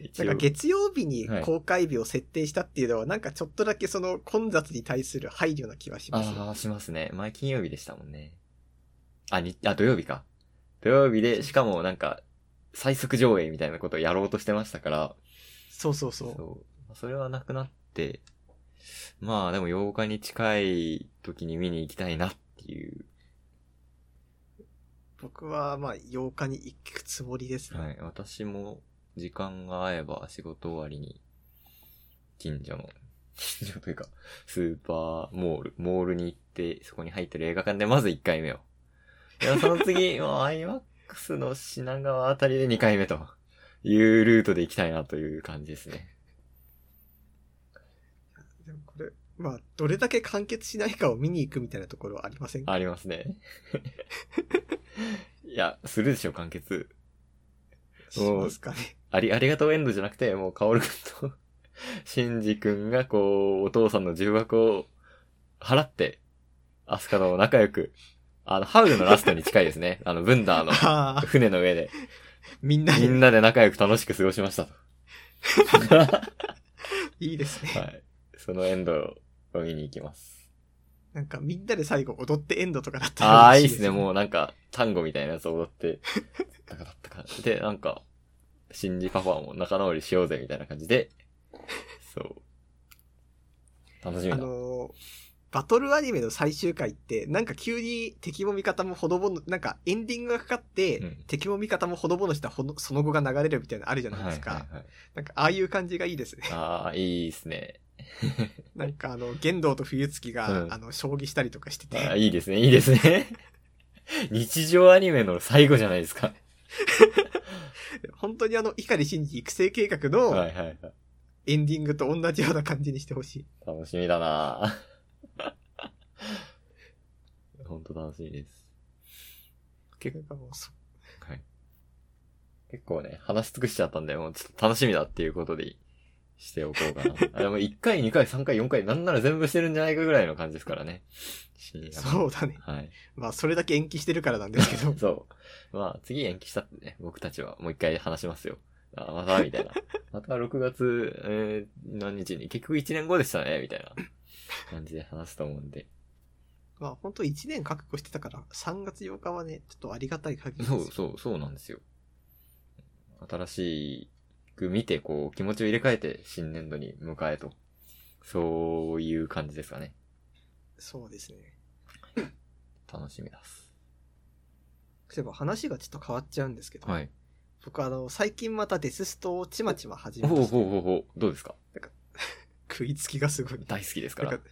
[SPEAKER 2] 一
[SPEAKER 1] なん
[SPEAKER 2] 応
[SPEAKER 1] か月曜日に
[SPEAKER 2] はい
[SPEAKER 1] 公開日を設定したっていうのは、なんかちょっとだけその混雑に対する配慮な気はします。
[SPEAKER 2] ああ、しますね。前金曜日でしたもんね。あ、に、あ、土曜日か。土曜日で、しかもなんか、最速上映みたいなことをやろうとしてましたから、
[SPEAKER 1] そうそうそう。
[SPEAKER 2] そう。それはなくなって、まあでも8日に近い時に見に行きたいなっていう。
[SPEAKER 1] 僕はまあ8日に行くつもりですね。
[SPEAKER 2] はい。私も時間が合えば仕事終わりに、近所の、 近所というか、スーパーモール、モールに行って、そこに入ってる映画館でまず1回目を。いや、その 次、もう IMAX の品川あたりで2回目というルートで行きたいなという感じですね。
[SPEAKER 1] でもこれ、まあどれだけ完結しないかを見に行くみたいなところはありませんか
[SPEAKER 2] あります ね。いや、するでしょ、完結。
[SPEAKER 1] しますかね。
[SPEAKER 2] あり、ありがとうエンドじゃなくて、もう、カオルくんと、シンジくんが、こう、お父さんの重箱を払って、アスカと仲良く、あの、ハウルのラストに近いです ね。あの、ブンダーの
[SPEAKER 1] ああ、
[SPEAKER 2] 船の上で、
[SPEAKER 1] みんな
[SPEAKER 2] み
[SPEAKER 1] で
[SPEAKER 2] んなで仲良く楽しく過ごしましたと。
[SPEAKER 1] いいですね。
[SPEAKER 2] はい。そのエンドを見に行きます。
[SPEAKER 1] なんかみんなで最後踊ってエンドとかだったら
[SPEAKER 2] ああ、いい
[SPEAKER 1] 嬉
[SPEAKER 2] で
[SPEAKER 1] し
[SPEAKER 2] すね。も
[SPEAKER 1] う。
[SPEAKER 2] うなんか、単語みたいなやつ踊って、なんかだったかな。で、なんか、シンジパパも仲直りしようぜみたいな感じで、そう。楽しみ
[SPEAKER 1] あ
[SPEAKER 2] だ。
[SPEAKER 1] のー、バトルアニメの最終回って、なんか急に敵も味方もほのぼの、なんかエンディングがかかって、
[SPEAKER 2] うん
[SPEAKER 1] 敵も味方もほのぼのしたほのその後が流れるみたいなのあるじゃないですか。
[SPEAKER 2] はいはいはい、
[SPEAKER 1] なんかああいう感じがいいですね。
[SPEAKER 2] ああ、いいですね。
[SPEAKER 1] なんかあの、玄道と冬月が、
[SPEAKER 2] うん
[SPEAKER 1] あの、将棋したりとかしてて、
[SPEAKER 2] ああ、いいですね、いいですね。日常アニメの最後じゃないですか。
[SPEAKER 1] 本当にあの、碇真治育成計画
[SPEAKER 2] はい
[SPEAKER 1] の
[SPEAKER 2] はいはい。
[SPEAKER 1] エンディングと同じような感じにしてほしい。
[SPEAKER 2] 楽しみだな本当楽しみです。
[SPEAKER 1] なんかもうそ
[SPEAKER 2] はい。結構ね、話し尽くしちゃったんで、もうちょっと楽しみだっていうことでしておこうかな。 あでも1回、2回、3回、4回、なんなら全部してるんじゃないかぐらいの感じですからね。深夜の
[SPEAKER 1] そうだね。
[SPEAKER 2] はい。。
[SPEAKER 1] まあ、それだけ延期してるからなんですけど
[SPEAKER 2] そう。まあ、次延期したってね、僕たちはもう一回話しますよ。あ、また、み たいな。また6月、えー何日に、結局1年後でしたね、みたいな感じで話すと思うんで。
[SPEAKER 1] まあ本当1年覚悟してたから、3月8日はね、ちょっとありがたい限りです
[SPEAKER 2] そ
[SPEAKER 1] よ
[SPEAKER 2] うそう、そうなんですよ。新しく見て、こう、気持ちを入れ替えて新年度に迎えと。そういう感じですかね。
[SPEAKER 1] そうですね。
[SPEAKER 2] 楽しみです。
[SPEAKER 1] そういえば話がちょっと変わっちゃうんですけど、
[SPEAKER 2] はい。
[SPEAKER 1] 僕あの、最近またデスストをちまちま始め
[SPEAKER 2] ほう
[SPEAKER 1] ま
[SPEAKER 2] ほう
[SPEAKER 1] した。
[SPEAKER 2] ほうほう。どうですか
[SPEAKER 1] 食いつきがすごい。
[SPEAKER 2] 大好きですか
[SPEAKER 1] なん
[SPEAKER 2] ら
[SPEAKER 1] か。、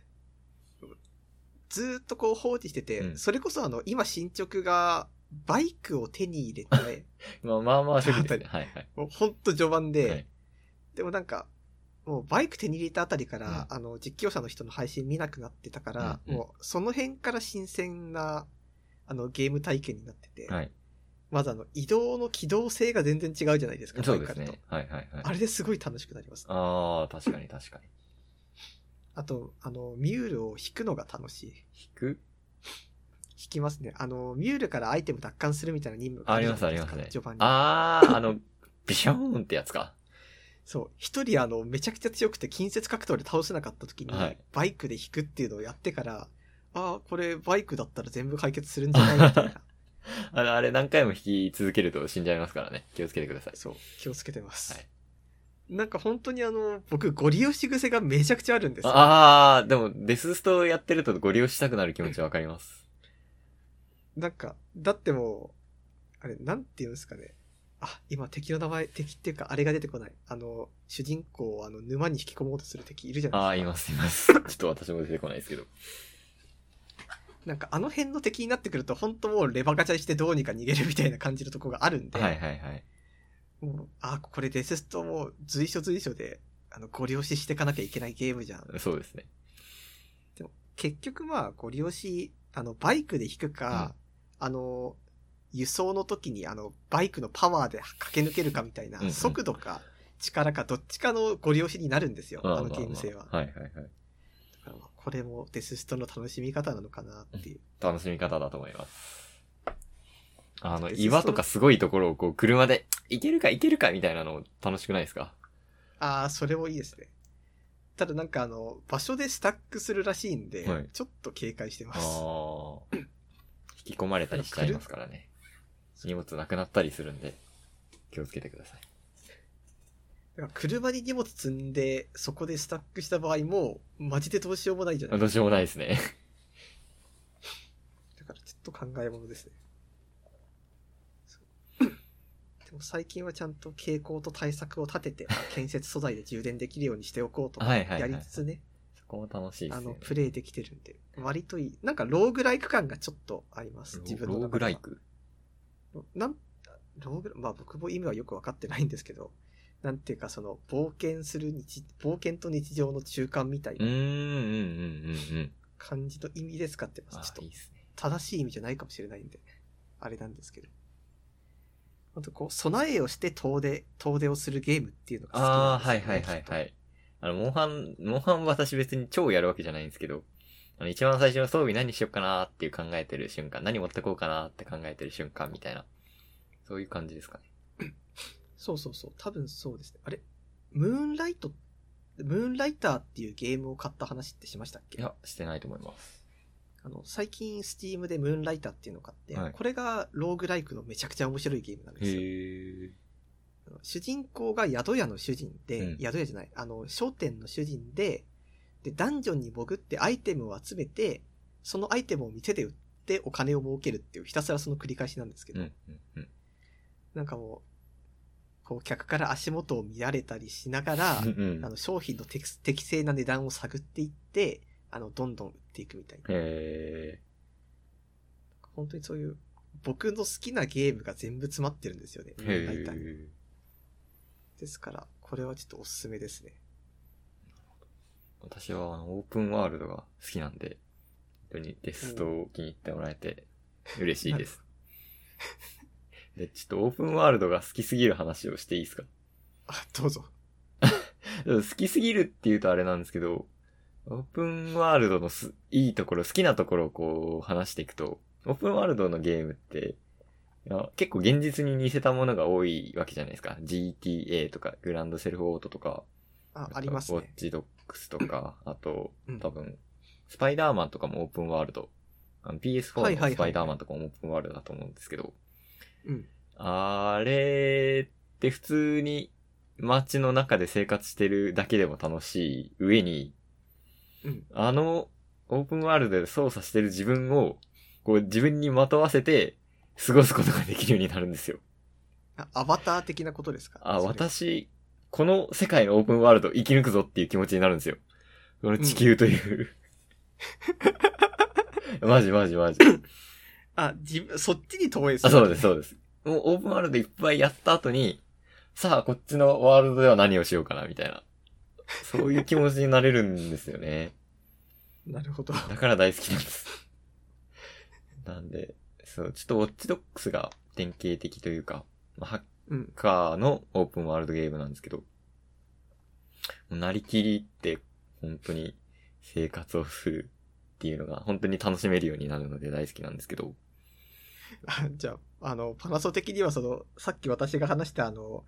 [SPEAKER 1] ずーっとこう放置してて、
[SPEAKER 2] うん
[SPEAKER 1] それこそあの、今進捗が、バイクを手に入れて、
[SPEAKER 2] まあまあ まあ、初期ですね。はいはい。
[SPEAKER 1] もうほんと序盤で、
[SPEAKER 2] はい
[SPEAKER 1] でもなんか、もうバイク手に入れたあたりから、あの、実況者の人の配信見なくなってたから、
[SPEAKER 2] うんうん
[SPEAKER 1] もうその辺から新鮮な、あの、ゲーム体験になってて、
[SPEAKER 2] はい。
[SPEAKER 1] まずあの、移動の機動性が全然違うじゃないですか、
[SPEAKER 2] そうで
[SPEAKER 1] バ
[SPEAKER 2] す
[SPEAKER 1] イクだ
[SPEAKER 2] ね
[SPEAKER 1] と。
[SPEAKER 2] はいはいはい。
[SPEAKER 1] あれですごい楽しくなります。
[SPEAKER 2] ああ、確かに確かに。
[SPEAKER 1] あと、あの、ミュールを引くのが楽しい。
[SPEAKER 2] 引く
[SPEAKER 1] 引きますね。あの、ミュールからアイテム奪還するみたいな任務が
[SPEAKER 2] あります
[SPEAKER 1] じゃ
[SPEAKER 2] あ
[SPEAKER 1] ない
[SPEAKER 2] り
[SPEAKER 1] で
[SPEAKER 2] ます
[SPEAKER 1] か
[SPEAKER 2] ね。
[SPEAKER 1] 序盤に。
[SPEAKER 2] ああ、あの、ビショーンってやつか。
[SPEAKER 1] そう。一人あの、めちゃくちゃ強くて近接格闘で倒せなかった時に、
[SPEAKER 2] はい
[SPEAKER 1] バイクで引くっていうのをやってから、ああ、これバイクだったら全部解決するんじゃないみたい な。
[SPEAKER 2] あれ、あれ何回も引き続けると死んじゃいますからね。気をつけてください。
[SPEAKER 1] そう。気をつけてます。
[SPEAKER 2] はい
[SPEAKER 1] なんか本当にあの、僕、ゴリ押し癖がめちゃくちゃあるんですよ。
[SPEAKER 2] ああ、でも、デスストやってるとご利用したくなる気持ちわか ります。
[SPEAKER 1] なんか、だってもう、あれ、なんて言うんですかね。あ、今敵の名前、敵っていうか、あれが出てこない。あの、主人公をあの、沼に引き込もうとする敵いるじゃないですか
[SPEAKER 2] ああ、います、い ます。ちょっと私も出てこないですけど。
[SPEAKER 1] なんかあの辺の敵になってくると本当もうレバガチャしてどうにか逃げるみたいな感じのとこがあるんで、
[SPEAKER 2] はいはいはい。
[SPEAKER 1] もうあこれデセストも随所随所であのご利用ししていかなきゃいけないゲームじゃん
[SPEAKER 2] そうですね。
[SPEAKER 1] 結局まあご利用しあのバイクで引くか、あの輸送の時にあのバイクのパワーで駆け抜けるかみたいな、
[SPEAKER 2] うんうん
[SPEAKER 1] 速度か力かどっちかのご利用しになるんですよ、あのゲーム性は、
[SPEAKER 2] はいはいはい。
[SPEAKER 1] だからまあこれもデセストの楽しみ方なのかなっていう、
[SPEAKER 2] 楽しみ方だと思います。あの、
[SPEAKER 1] デススト
[SPEAKER 2] 岩とかすごいところをこう、車で、行けるか行けるかみたいなの楽しくないですか
[SPEAKER 1] ああ、それもいいですね。ただなんかあの、場所でスタックするらしいんで、
[SPEAKER 2] はい
[SPEAKER 1] ちょっと警戒してま
[SPEAKER 2] ああ
[SPEAKER 1] す。
[SPEAKER 2] ー。引き込まれたりしちゃいますからね。荷物なくなったりするんで、気をつけてください。
[SPEAKER 1] だから車に荷物積んで、そこでスタックした場合も、マジでどうしようもないじゃない
[SPEAKER 2] あ どうしようもないですね。
[SPEAKER 1] だからちょっと考えものですね。そうでも最近はちゃんと傾向と対策を立て て、建設素材で充電できるようにしておこうとか、
[SPEAKER 2] はいはいはい
[SPEAKER 1] やりつつね、
[SPEAKER 2] そこも楽しいで
[SPEAKER 1] あ
[SPEAKER 2] すよ、
[SPEAKER 1] の
[SPEAKER 2] ね、。
[SPEAKER 1] プレイできてるんで、割といい。なんかローグライク感がちょっとあります。
[SPEAKER 2] ロ
[SPEAKER 1] 自分
[SPEAKER 2] ロ
[SPEAKER 1] の中では。
[SPEAKER 2] ーグライク
[SPEAKER 1] なん、ローグラまあ僕も意味はよくわかってないんですけど、なんていうかその、冒険する日、冒険と日常の中間みたいう
[SPEAKER 2] ーん、
[SPEAKER 1] な
[SPEAKER 2] うん、うん、うん、うん。
[SPEAKER 1] 感じの意味で使ってます。ち
[SPEAKER 2] あ
[SPEAKER 1] ょ
[SPEAKER 2] い
[SPEAKER 1] っ
[SPEAKER 2] いっすね。
[SPEAKER 1] と正しい意味じゃないかもしれないんで、あれなんですけど。あとこう、備えをして遠出、遠出をするゲームっていうのが好き
[SPEAKER 2] あ
[SPEAKER 1] なん
[SPEAKER 2] あ、
[SPEAKER 1] ですよ
[SPEAKER 2] はい
[SPEAKER 1] ね、。
[SPEAKER 2] はいはいはいい。あの、モンハン、モンハンは私別に超やるわけじゃないんですけど、あの、一番最初の装備何しようかなーっていう考えてる瞬間、何持ってこうかなーって考えてる瞬間みたいな、そういう感じですかね。
[SPEAKER 1] そうそうそう。多分そうですね。あれムーンライト、ムーンライターっていうゲームを買った話ってしましたっけ
[SPEAKER 2] いや、してないと思います。
[SPEAKER 1] あの、最近、スティームでムーンライターっていうのを買って、
[SPEAKER 2] はい
[SPEAKER 1] これがローグライクのめちゃくちゃ面白いゲームなんですよ。
[SPEAKER 2] え。
[SPEAKER 1] あの主人公が宿屋の主人で、
[SPEAKER 2] うん
[SPEAKER 1] 宿屋じゃない、あの、商店の主人で、で、ダンジョンに潜ってアイテムを集めて、そのアイテムを店で売ってお金を儲けるっていう、ひたすらその繰り返しなんですけ
[SPEAKER 2] う
[SPEAKER 1] ど、
[SPEAKER 2] ん、うん、うん。
[SPEAKER 1] なんかもう、こう、客から足元を見られたりしながら、
[SPEAKER 2] うん
[SPEAKER 1] あの、商品の適適正な値段を探っていって、あの、どんどん売っていくみたいな。
[SPEAKER 2] え
[SPEAKER 1] 本当にそういう、僕の好きなゲームが全部詰まってるんですよね。
[SPEAKER 2] ー。
[SPEAKER 1] 大
[SPEAKER 2] へ
[SPEAKER 1] 体
[SPEAKER 2] ー
[SPEAKER 1] ですから、これはちょっとおすすめですね。
[SPEAKER 2] 私はあのオープンワールドが好きなんで、本当にテストを気に入ってもらえて嬉しい です。で、ちょっとオープンワールドが好きすぎる話をしていいですか
[SPEAKER 1] あ、どうぞ。
[SPEAKER 2] 好きすぎるって言うとあれなんですけど、オープンワールドのすいいところ、好きなところをこう話していくと、オープンワールドのゲームって、いや結構現実に似せたものが多いわけじゃないですか。GTA とか、グランドセルフオートとか、
[SPEAKER 1] あ、あります
[SPEAKER 2] ウォッ
[SPEAKER 1] ね。
[SPEAKER 2] チドックスとか、あと
[SPEAKER 1] うん、
[SPEAKER 2] 多分、スパイダーマンとかもオープンワールドあの PS4
[SPEAKER 1] はいはいは
[SPEAKER 2] の
[SPEAKER 1] い
[SPEAKER 2] スパイダーマンとかもオープンワールドだと思うんですけど、
[SPEAKER 1] うん。
[SPEAKER 2] あれって普通に街の中で生活してるだけでも楽しい上に、
[SPEAKER 1] うん。
[SPEAKER 2] あのオープンワールドで操作してる自分を、こう自分にまとわせて過ごすことができるようになるんですよ。
[SPEAKER 1] あアバター的なことですか
[SPEAKER 2] あ、
[SPEAKER 1] それ
[SPEAKER 2] 私、この世界のオープンワールド生き抜くぞっていう気持ちになるんですよ。この地球という、 マジマジマジ。
[SPEAKER 1] あ、自分、そっちに遠いです。
[SPEAKER 2] あ、そうですす、そうです。もうオープンワールドいっぱいやった後に、さあ、こっちのワールドでは何をしようかな、みたいな。そういう気持ちになれるんですよね。
[SPEAKER 1] なるほど。
[SPEAKER 2] だから大好きなんです。なんで、そう、ちょっとウォッチドックスが典型的というか、まあハッ
[SPEAKER 1] うん。
[SPEAKER 2] カーのオープンワールドゲームなんですけど、もうなりきりって、本当に生活をするっていうのが、本当に楽しめるようになるので大好きなんですけど、
[SPEAKER 1] あじゃあ、あの、パナソ的にはその、さっき私が話したあの、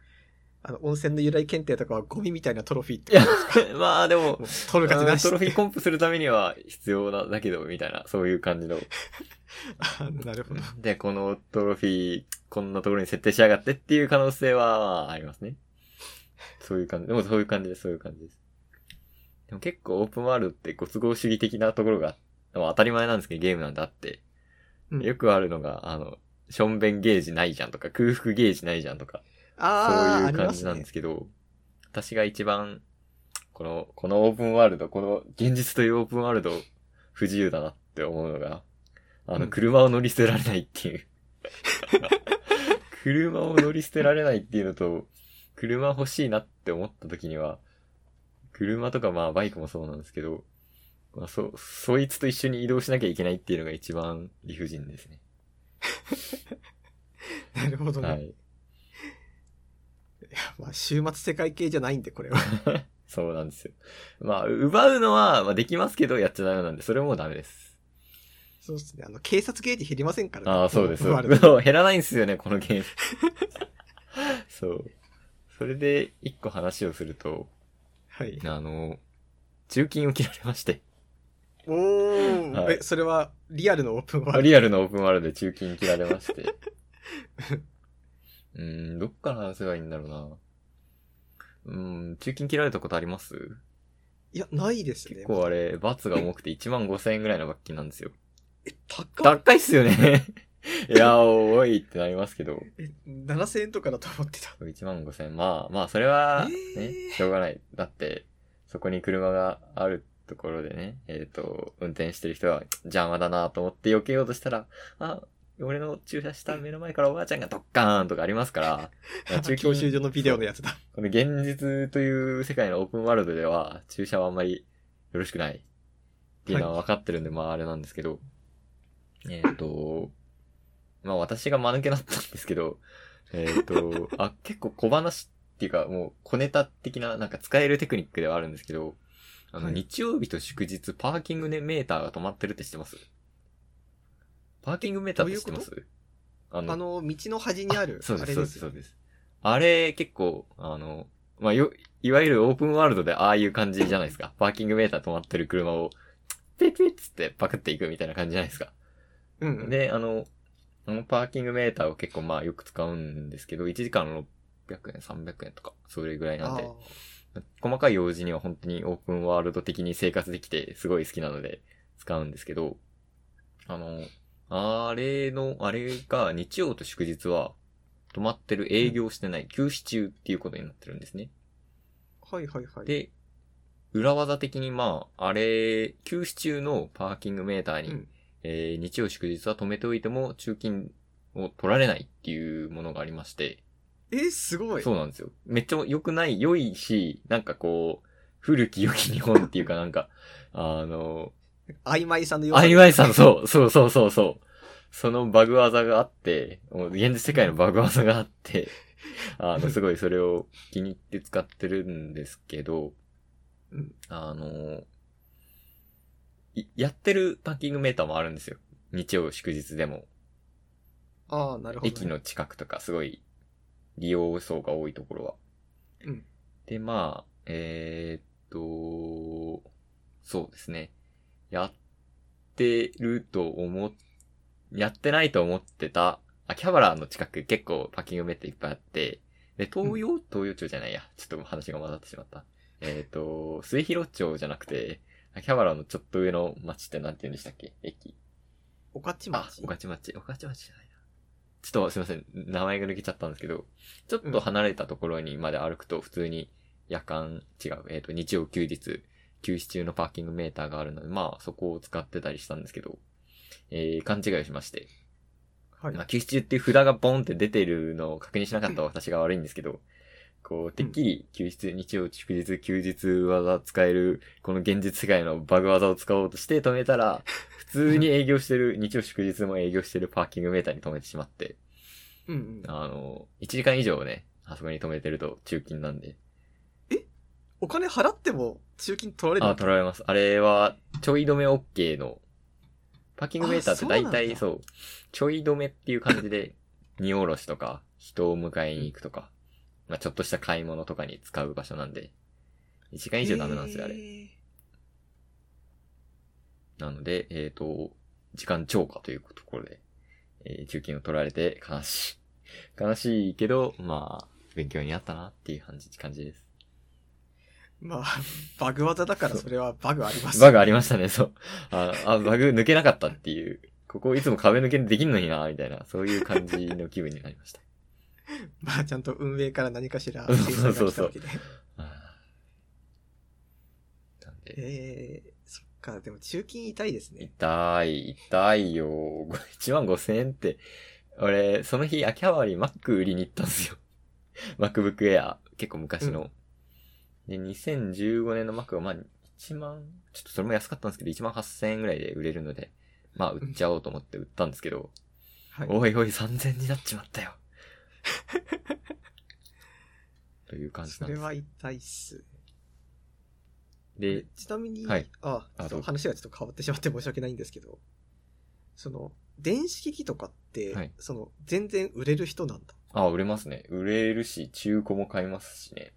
[SPEAKER 1] あの、温泉の由来検定とかはゴミみたいなトロフィーっ
[SPEAKER 2] い
[SPEAKER 1] て
[SPEAKER 2] や、 まあで も、
[SPEAKER 1] 取る価値な
[SPEAKER 2] あー
[SPEAKER 1] し
[SPEAKER 2] ト
[SPEAKER 1] っ
[SPEAKER 2] ロフィー
[SPEAKER 1] て。
[SPEAKER 2] コンプするためには必要な、だけど、みたいな、そういう感じの。
[SPEAKER 1] あ なるほ ど。
[SPEAKER 2] で、このトロフィー、こんなところに設定しやがってっていう可能性は、まあ、ありますね。そういう感じ。でもそういう感じです、そういう感じです。でも結構オープンワールドってご都合主義的なところが、まあ当たり前なんですけど、ゲームなんであって。
[SPEAKER 1] うん
[SPEAKER 2] よくあるのが、あの、ションベンゲージないじゃんとか、空腹ゲージないじゃんとか、
[SPEAKER 1] ああ、
[SPEAKER 2] そうい
[SPEAKER 1] あ
[SPEAKER 2] う
[SPEAKER 1] り
[SPEAKER 2] 感
[SPEAKER 1] ま
[SPEAKER 2] じ
[SPEAKER 1] す
[SPEAKER 2] なんで
[SPEAKER 1] ね。
[SPEAKER 2] すけど、私が一番、この、このオープンワールド、この現実というオープンワールド、不自由だなって思うのが、あ
[SPEAKER 1] う
[SPEAKER 2] の、
[SPEAKER 1] ん
[SPEAKER 2] 車を乗り捨てられないっていう。車を乗り捨てられないっていうのと、車欲しいなって思った時には、車とかまあバイクもそうなんですけど、まあそ、そいつと一緒に移動しなきゃいけないっていうのが一番理不尽ですね。
[SPEAKER 1] なるほどね。、
[SPEAKER 2] はいい。
[SPEAKER 1] や、まあ、週末世界系じゃないんで、こ れは。
[SPEAKER 2] そうなんですよ。まあ、奪うのは、まあ、できますけど、やっちゃダメなんで、それもダメです。
[SPEAKER 1] そうですね。あの、警察ゲージ減りませんからね。
[SPEAKER 2] ああ、そうです。
[SPEAKER 1] オープンワー
[SPEAKER 2] そ
[SPEAKER 1] ルド
[SPEAKER 2] うそう減らないんですよね、このゲーム。 そう。それで、一個話をすると、
[SPEAKER 1] はい。
[SPEAKER 2] あの、中金を切られまして、
[SPEAKER 1] おー、
[SPEAKER 2] はい
[SPEAKER 1] え、それは、リアルのオープンワールド。
[SPEAKER 2] リアルのオープンワールドで中金切られま して。うーん、どっから話せばいいんだろうな。うーん、中金切られたことあります
[SPEAKER 1] いや、ないですね。
[SPEAKER 2] 結構あれ、罰が重くて1万5千円ぐらいの罰金なんですよ。
[SPEAKER 1] え、高っ。
[SPEAKER 2] 高いっすよね。 いや、おいってなりますけど、
[SPEAKER 1] え、7000円とかだと思ってた。
[SPEAKER 2] 1万5千まあ、まあ、それは、
[SPEAKER 1] え
[SPEAKER 2] ね
[SPEAKER 1] ー、
[SPEAKER 2] しょうがない。だって、そこに車があるところでね、えっ、と、運転してる人は邪魔だなと思って避けようとしたら、あ、俺の駐車した目の前からおばあちゃんがドッカーンとかありますから、ま あ
[SPEAKER 1] あ教習所のビデオの
[SPEAKER 2] や
[SPEAKER 1] やつだ。
[SPEAKER 2] この現実という世界のオープンワールドでは、注射はあんまりよろしくないっていうのは分かってるんで、まああれなんですけど、えっ、と、まあ私が間抜けだったんですけど、えっ、と、あ、結構小話っていうか、もう小ネタ的な、なんか使えるテクニックではあるんですけど、あの、
[SPEAKER 1] はい
[SPEAKER 2] 日曜日と祝日、パーキングでメーターが止まってるって知ってますパーキングメーターって知ってますあ
[SPEAKER 1] あの、道の端にある、
[SPEAKER 2] そうで
[SPEAKER 1] あれ
[SPEAKER 2] す、
[SPEAKER 1] で
[SPEAKER 2] そうです、
[SPEAKER 1] す
[SPEAKER 2] そ
[SPEAKER 1] よ
[SPEAKER 2] う
[SPEAKER 1] ね。
[SPEAKER 2] です。あれ、結構、あの、まあ、よ、いわゆるオープンワールドでああいう感じじゃないで すか。パーキングメーター止まってる車を、ピッピッつってパクっていくみたいな感じじゃないですか。
[SPEAKER 1] うんうん。
[SPEAKER 2] で、あの、あのパーキングメーターを結構まあよく使うんですけど、1時間600円、300円とか、それぐらいなん
[SPEAKER 1] あ
[SPEAKER 2] で、細かい用事には本当にオープンワールド的に生活できて、すごい好きなので使うんですけど、あの、あれの、あれが日曜と祝日は止まってる営業してない、休止中っていうことになってるんですね。
[SPEAKER 1] ーはいはいはい。
[SPEAKER 2] で、裏技的にまあ、あれ、休止中のパーキングメーターに、
[SPEAKER 1] うん
[SPEAKER 2] えー日曜祝日は止めておいても中金を取られないっていうものがありまして、
[SPEAKER 1] えすごい。
[SPEAKER 2] そうなんですよ。めっちゃ良くない、良いし、なんかこう、古き良き日本っていうかなんか、 あの、
[SPEAKER 1] 曖昧さんの良さ。
[SPEAKER 2] 曖昧さん、そう、そうそうそうそう。そのバグ技があって、もう現実世界のバグ技があ って、あの、すごいそれを気に入って使ってるんですけど
[SPEAKER 1] うん、
[SPEAKER 2] あの、いやってるパーキングメーターもあるんですよ。日曜、祝日でも。
[SPEAKER 1] ああ、なるほどね。
[SPEAKER 2] 駅の近くとかすごい利用層が多いところは。
[SPEAKER 1] うん
[SPEAKER 2] で、まあ、えーっと、そうですね。やっってると思っ、やってないと思ってた、秋葉原の近く結構パッキングメットいっぱいあって、で、東洋、東洋町じゃないや。ちょっと話が混ざってしまった。えっ、と、末広町じゃなくて、秋葉原のちょっと上の町ってなんて言うんでしたっけ駅。
[SPEAKER 1] おかち
[SPEAKER 2] あ
[SPEAKER 1] 町、
[SPEAKER 2] 御。徒町。御徒町じゃないな。ちょっとすいません。名前が抜けちゃったんですけど、ちょっと離れたところにまで歩くと普通に夜間、違う、えっ、と、日曜休日、休止中のパーキングメーターがあるので、まあそこを使ってたりしたんですけど、えー、勘違いをしまして、
[SPEAKER 1] はい
[SPEAKER 2] まあ、。休止中っていう札がボンって出てるのを確認しなかった私が悪いんですけど、こう、てっきり休日、日曜、祝日、休日技使える、この現実世界のバグ技を使おうとして止めたら、普通に営業してる、日曜、祝日も営業してるパーキングメーターに止めてしまって、
[SPEAKER 1] うんうん。
[SPEAKER 2] あの、1時間以上ね、あそこに止めてると中金なんで、
[SPEAKER 1] お金払っても中金取られる
[SPEAKER 2] あ、取られます。あれは、ちょい止め OK の、パーキングメーターって大
[SPEAKER 1] あそうなん
[SPEAKER 2] 体
[SPEAKER 1] だ
[SPEAKER 2] そうちょい止めっていう感じで、 荷下ろしとか、人を迎えに行くとか、まあちょっとした買い物とかに使う場所なんで、1時間以上ダメなんですよ、あれ。
[SPEAKER 1] へ
[SPEAKER 2] なので、えっ、と、時間超過というところで、えー中金を取られて悲しい。悲しいけど、まあ勉強になったなっていう感じ、感じです。
[SPEAKER 1] ーまあ、 バグ技だからそれはバグあります。
[SPEAKER 2] バグありましたね、そう。あ、あバグ抜けなかったっていう。ここいつも壁抜けできんのにな、みたいな、そういう感じの気分になりました。
[SPEAKER 1] まあ、ちゃんと運営から何かしら
[SPEAKER 2] そう
[SPEAKER 1] 制
[SPEAKER 2] そう
[SPEAKER 1] 裁
[SPEAKER 2] そ
[SPEAKER 1] が
[SPEAKER 2] う
[SPEAKER 1] 来たわけで。
[SPEAKER 2] あーなんで、
[SPEAKER 1] ええそっか、でも中金痛いですね。
[SPEAKER 2] 痛い、痛いよ。1万5千円って、俺、その日、秋葉原に Mac 売りに行ったんですよ。MacBook Air、結構昔の。で、2015年の Mac は、まあ、1万、ちょっとそれも安かったんですけど、1万8千円ぐらいで売れるので、まあ、売っちゃおうと思って売ったんですけど、
[SPEAKER 1] はい。
[SPEAKER 2] おいおい、3000になっちまっ たよ。という感じな
[SPEAKER 1] そ
[SPEAKER 2] んで
[SPEAKER 1] れ
[SPEAKER 2] す。
[SPEAKER 1] は痛いっす。
[SPEAKER 2] で、
[SPEAKER 1] ちなみに、
[SPEAKER 2] はい
[SPEAKER 1] あ、
[SPEAKER 2] あ
[SPEAKER 1] ちょっと
[SPEAKER 2] どうぞ
[SPEAKER 1] 話がちょっと変わってしまって申し訳ないんですけど、その、電子機器とかって、
[SPEAKER 2] はい
[SPEAKER 1] その、全然売れる人なんだ。
[SPEAKER 2] あ、売れますね。売れるし、中古も買いますしね。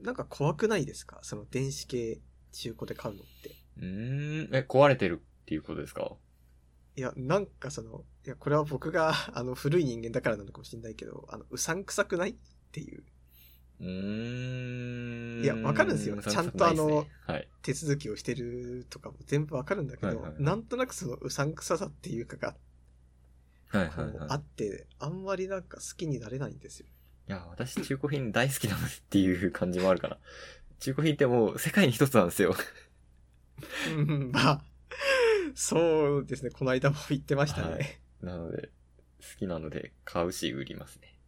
[SPEAKER 1] なんか怖くないですかその電子系中古で買うのって。
[SPEAKER 2] うーん、え、壊れてるっていうことですか
[SPEAKER 1] いや、なんかその、いや、これは僕が、 あの、古い人間だからなのかもしれないけど、あの、うさんくさくないっていう
[SPEAKER 2] うーん。
[SPEAKER 1] いやわかるんですよ
[SPEAKER 2] そな
[SPEAKER 1] ちゃんとあの
[SPEAKER 2] ないですねはい。
[SPEAKER 1] 手続きをしてるとかも全部わかるんだけど、
[SPEAKER 2] はいはいはい
[SPEAKER 1] なんとなくそのうさんくささっていうかが、
[SPEAKER 2] はい
[SPEAKER 1] こ、
[SPEAKER 2] はいうは
[SPEAKER 1] あ
[SPEAKER 2] い。
[SPEAKER 1] って、あんまりなんか好きになれないんですよ。
[SPEAKER 2] いや、私中古品大好きなのっていう感じもあるから。中古品ってもう世界に一つなんですよ。
[SPEAKER 1] うんまあ、そうですね、この間も言ってましたね。
[SPEAKER 2] はいなので、好きなので買うし売りますね。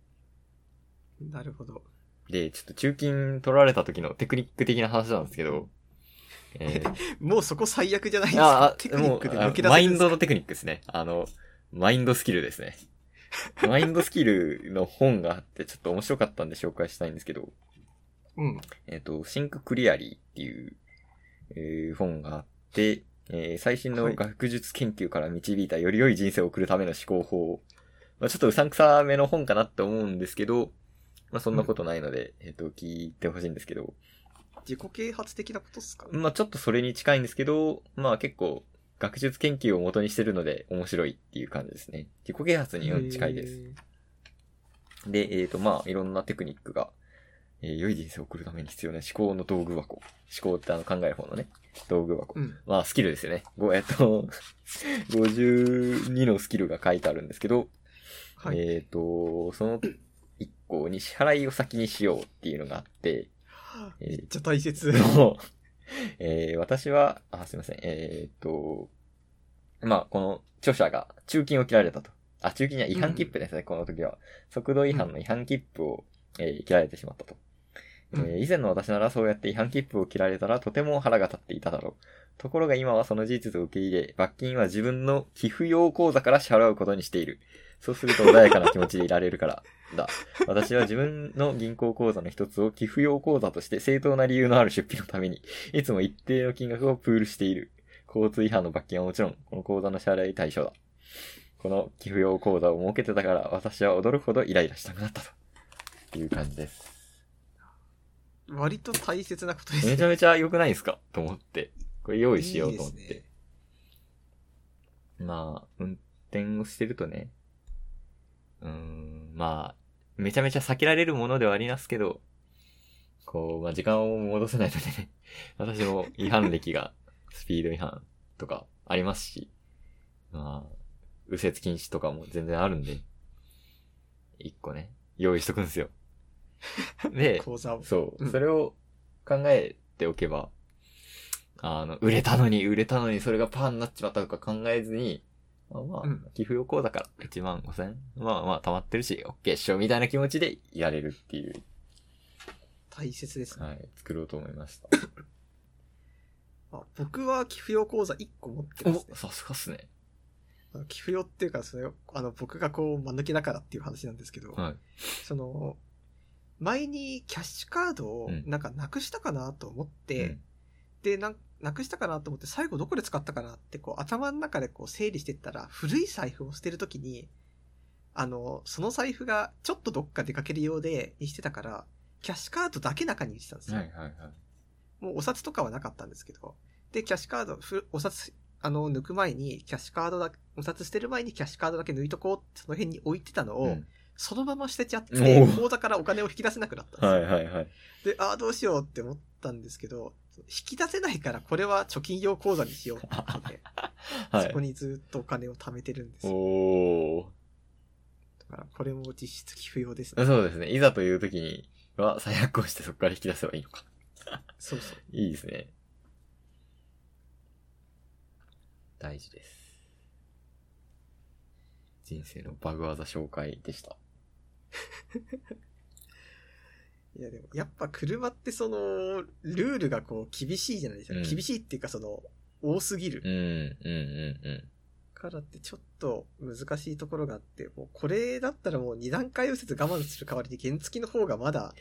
[SPEAKER 1] なるほど。
[SPEAKER 2] で、ちょっと中金取られた時のテクニック的な話なんです けど、え
[SPEAKER 1] もうそこ最悪じゃないです
[SPEAKER 2] ー、
[SPEAKER 1] か。
[SPEAKER 2] あ
[SPEAKER 1] テ
[SPEAKER 2] あ、
[SPEAKER 1] クニ
[SPEAKER 2] も
[SPEAKER 1] ッ
[SPEAKER 2] う
[SPEAKER 1] クで
[SPEAKER 2] あ
[SPEAKER 1] 抜け出せですか
[SPEAKER 2] マインドのテクニックですね。あの、マインドスキルです ね。マインドスキルの本があって、ちょっと面白かったんで紹介したいんですけど、
[SPEAKER 1] うん。
[SPEAKER 2] えっ、と、シンククリアリーっていう、えー本があって、えー最新
[SPEAKER 1] は
[SPEAKER 2] の
[SPEAKER 1] い
[SPEAKER 2] 学術研究から導いたより良い人生を送るための思考法。まあ、ちょっとうさんくさめの本かなって思うんですけど、まあ、そんなことないので、えっ、と、聞いてほしいんですけど、
[SPEAKER 1] 自己啓発的なことっすか、
[SPEAKER 2] まあちょっとそれに近いんですけど、まあ結構学術研究を元にしてるので面白いっていう感じですね。自己啓発には近いです。
[SPEAKER 1] へー
[SPEAKER 2] で、えっ、とまあいろんなテクニックが、えー良い人生を送るために必要な思考の道具箱。思考ってあの考える方のね、道具箱。
[SPEAKER 1] うん。
[SPEAKER 2] まあスキルですよね。ごえっ、と、52のスキルが書いてあるんですけど、
[SPEAKER 1] はい。
[SPEAKER 2] えっ、と、その1個に支払いを先にしようっていうのがあって、えー
[SPEAKER 1] めっちゃ大切。
[SPEAKER 2] の、 えー私は、あ、すいません、えーっと、まあ、この著者が中金を切られたと。あ、中金には違反切符ですね、この時は。速度違反の違反切符を、えー切られてしまったと。えー以前の私ならそうやって違反切符を切られたらとても腹が立っていただろう。ところが今はその事実を受け入れ、罰金は自分の寄付用口座から支払うことにしている。そうすると穏やかな気持ちでいられるからだ。 私は自分の銀行口座の一つを寄付用口座として正当な理由のある出費のために、いつも一定の金額をプールしている。交通違反の罰金はもちろん、この口座の支払い対象だ。この寄付用口座を設けてたから、私は驚くほどイライラしたくなったと。いう感じです。
[SPEAKER 1] 割と大切 なことですね。
[SPEAKER 2] めちゃめちゃ良くないですかと思って。これ用意しようと思って。
[SPEAKER 1] いいですね
[SPEAKER 2] まあ、運転をしてるとね、うーん、まあ、めちゃめちゃ避けられるものではありますけど、こう、まあ、時間を戻せないのでね、 私も違反歴が、スピード違反とかありますし、まあ、右折禁止とかも全然あるんで、一個ね、用意しとくんです よ。で、
[SPEAKER 1] 講座を。
[SPEAKER 2] そうう。
[SPEAKER 1] ん
[SPEAKER 2] それを考えておけば、あの、売れたのに、売れたのに、それがパーになっちまったとか考えずに、まあま
[SPEAKER 1] うん
[SPEAKER 2] あ、寄付用口座から1万5千まあまあ、溜まってるし、オッケーっしょ、みたいな気持ちでやれるっていう、
[SPEAKER 1] 大切ですね。
[SPEAKER 2] はい、作ろうと思いました。
[SPEAKER 1] あ僕は寄付用口座1個持ってます
[SPEAKER 2] お、さすがっすね。
[SPEAKER 1] ね。寄付用っていうか、それを、あの、僕がこう、間抜けだからっていう話なんですけど、
[SPEAKER 2] はい。
[SPEAKER 1] その、前にキャッシュカードを
[SPEAKER 2] うん
[SPEAKER 1] なんかなくしたかなと思って、
[SPEAKER 2] うん
[SPEAKER 1] でなん、なくしたかなと思って最後どこで使ったかなってこう頭の中でこう整理してったら古い財布を捨てるときに、あの、その財布がちょっとどっか出かけるようでにしてたから、キャッシュカードだけ中にしてたんですよ。
[SPEAKER 2] はいはいはい。
[SPEAKER 1] もうお札とかはなかったんですけど。で、キャッシュカード、ふお札、あの、抜く前に、キャッシュカードだ、お札捨てる前にキャッシュカードだけ抜いとこうって、その辺に置いてたのを、
[SPEAKER 2] うん
[SPEAKER 1] そのまま捨てちゃって
[SPEAKER 2] お、う
[SPEAKER 1] 口座からお金を引き出せなくなったんですよ。
[SPEAKER 2] はいはいはい。
[SPEAKER 1] で、ああ、どうしようって思ったんですけど、引き出せないからこれは貯金用口座にしようってことで、
[SPEAKER 2] は
[SPEAKER 1] そこ
[SPEAKER 2] い。
[SPEAKER 1] にずっとお金を貯めてるんですよ。
[SPEAKER 2] おー。
[SPEAKER 1] だから、これも実質寄付用ですね。
[SPEAKER 2] そうですね。いざという時には、最悪をしてそこから引き出せばいいのか。
[SPEAKER 1] そうそう。
[SPEAKER 2] いいですね。大事です。人生のバグ技紹介でした。
[SPEAKER 1] いやでも、やっぱ車ってその、ルールがこう、厳しいじゃないですか。
[SPEAKER 2] うん
[SPEAKER 1] 厳しいっていうかその、多すぎる
[SPEAKER 2] うん、。うん、うん、う
[SPEAKER 1] からってちょっと難しいところがあって、もうこれだったらもう2段階右折我慢する代わりに原付きの方がまだ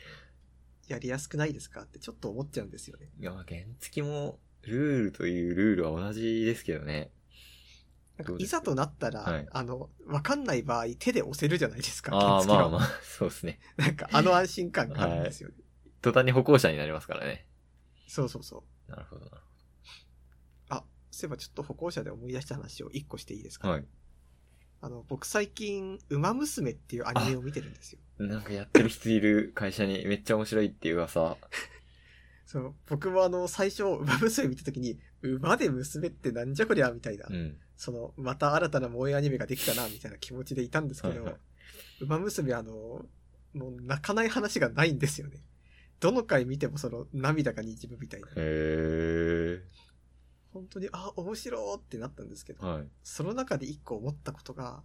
[SPEAKER 1] やりやすくないですかってちょっと思っちゃうんですよね。
[SPEAKER 2] ん。いや、原付も、ルールというルールは同じですけどね。
[SPEAKER 1] なんか
[SPEAKER 2] どうで
[SPEAKER 1] い
[SPEAKER 2] すか
[SPEAKER 1] ざとなったら、
[SPEAKER 2] はい
[SPEAKER 1] あの、わかんない場合手で押せるじゃないですか、
[SPEAKER 2] あ
[SPEAKER 1] 原
[SPEAKER 2] あ、
[SPEAKER 1] 付き
[SPEAKER 2] ま
[SPEAKER 1] は。
[SPEAKER 2] あまあ、そうですね。
[SPEAKER 1] なんかあの安心感があるんですよね。
[SPEAKER 2] 途端に歩行者になりますからね。
[SPEAKER 1] そうそうそう。
[SPEAKER 2] なるほど、なる
[SPEAKER 1] あ、そういえばちょっと歩行者で思い出した話を1個していいです
[SPEAKER 2] ほ
[SPEAKER 1] か、
[SPEAKER 2] ど。はい。
[SPEAKER 1] あの、僕最近、馬娘っていうアニメを見てるんですよ。
[SPEAKER 2] なんかやってる人いる会社にめっちゃ面白いっていう噂。
[SPEAKER 1] そう、僕もあの、最初、馬娘見た時に、馬で娘ってなんじゃこりゃみたいな。
[SPEAKER 2] うん。
[SPEAKER 1] その、また新たな萌えアニメができたな、みたいな気持ちでいたんですけど、
[SPEAKER 2] はいはい
[SPEAKER 1] 馬娘あの、もう泣かない話がないんですよね。どの回見てもその涙がにじむみたいな。
[SPEAKER 2] へえ。
[SPEAKER 1] 本当に、あ、面白いってなったんですけど、
[SPEAKER 2] はい。
[SPEAKER 1] その中で一個思ったことが、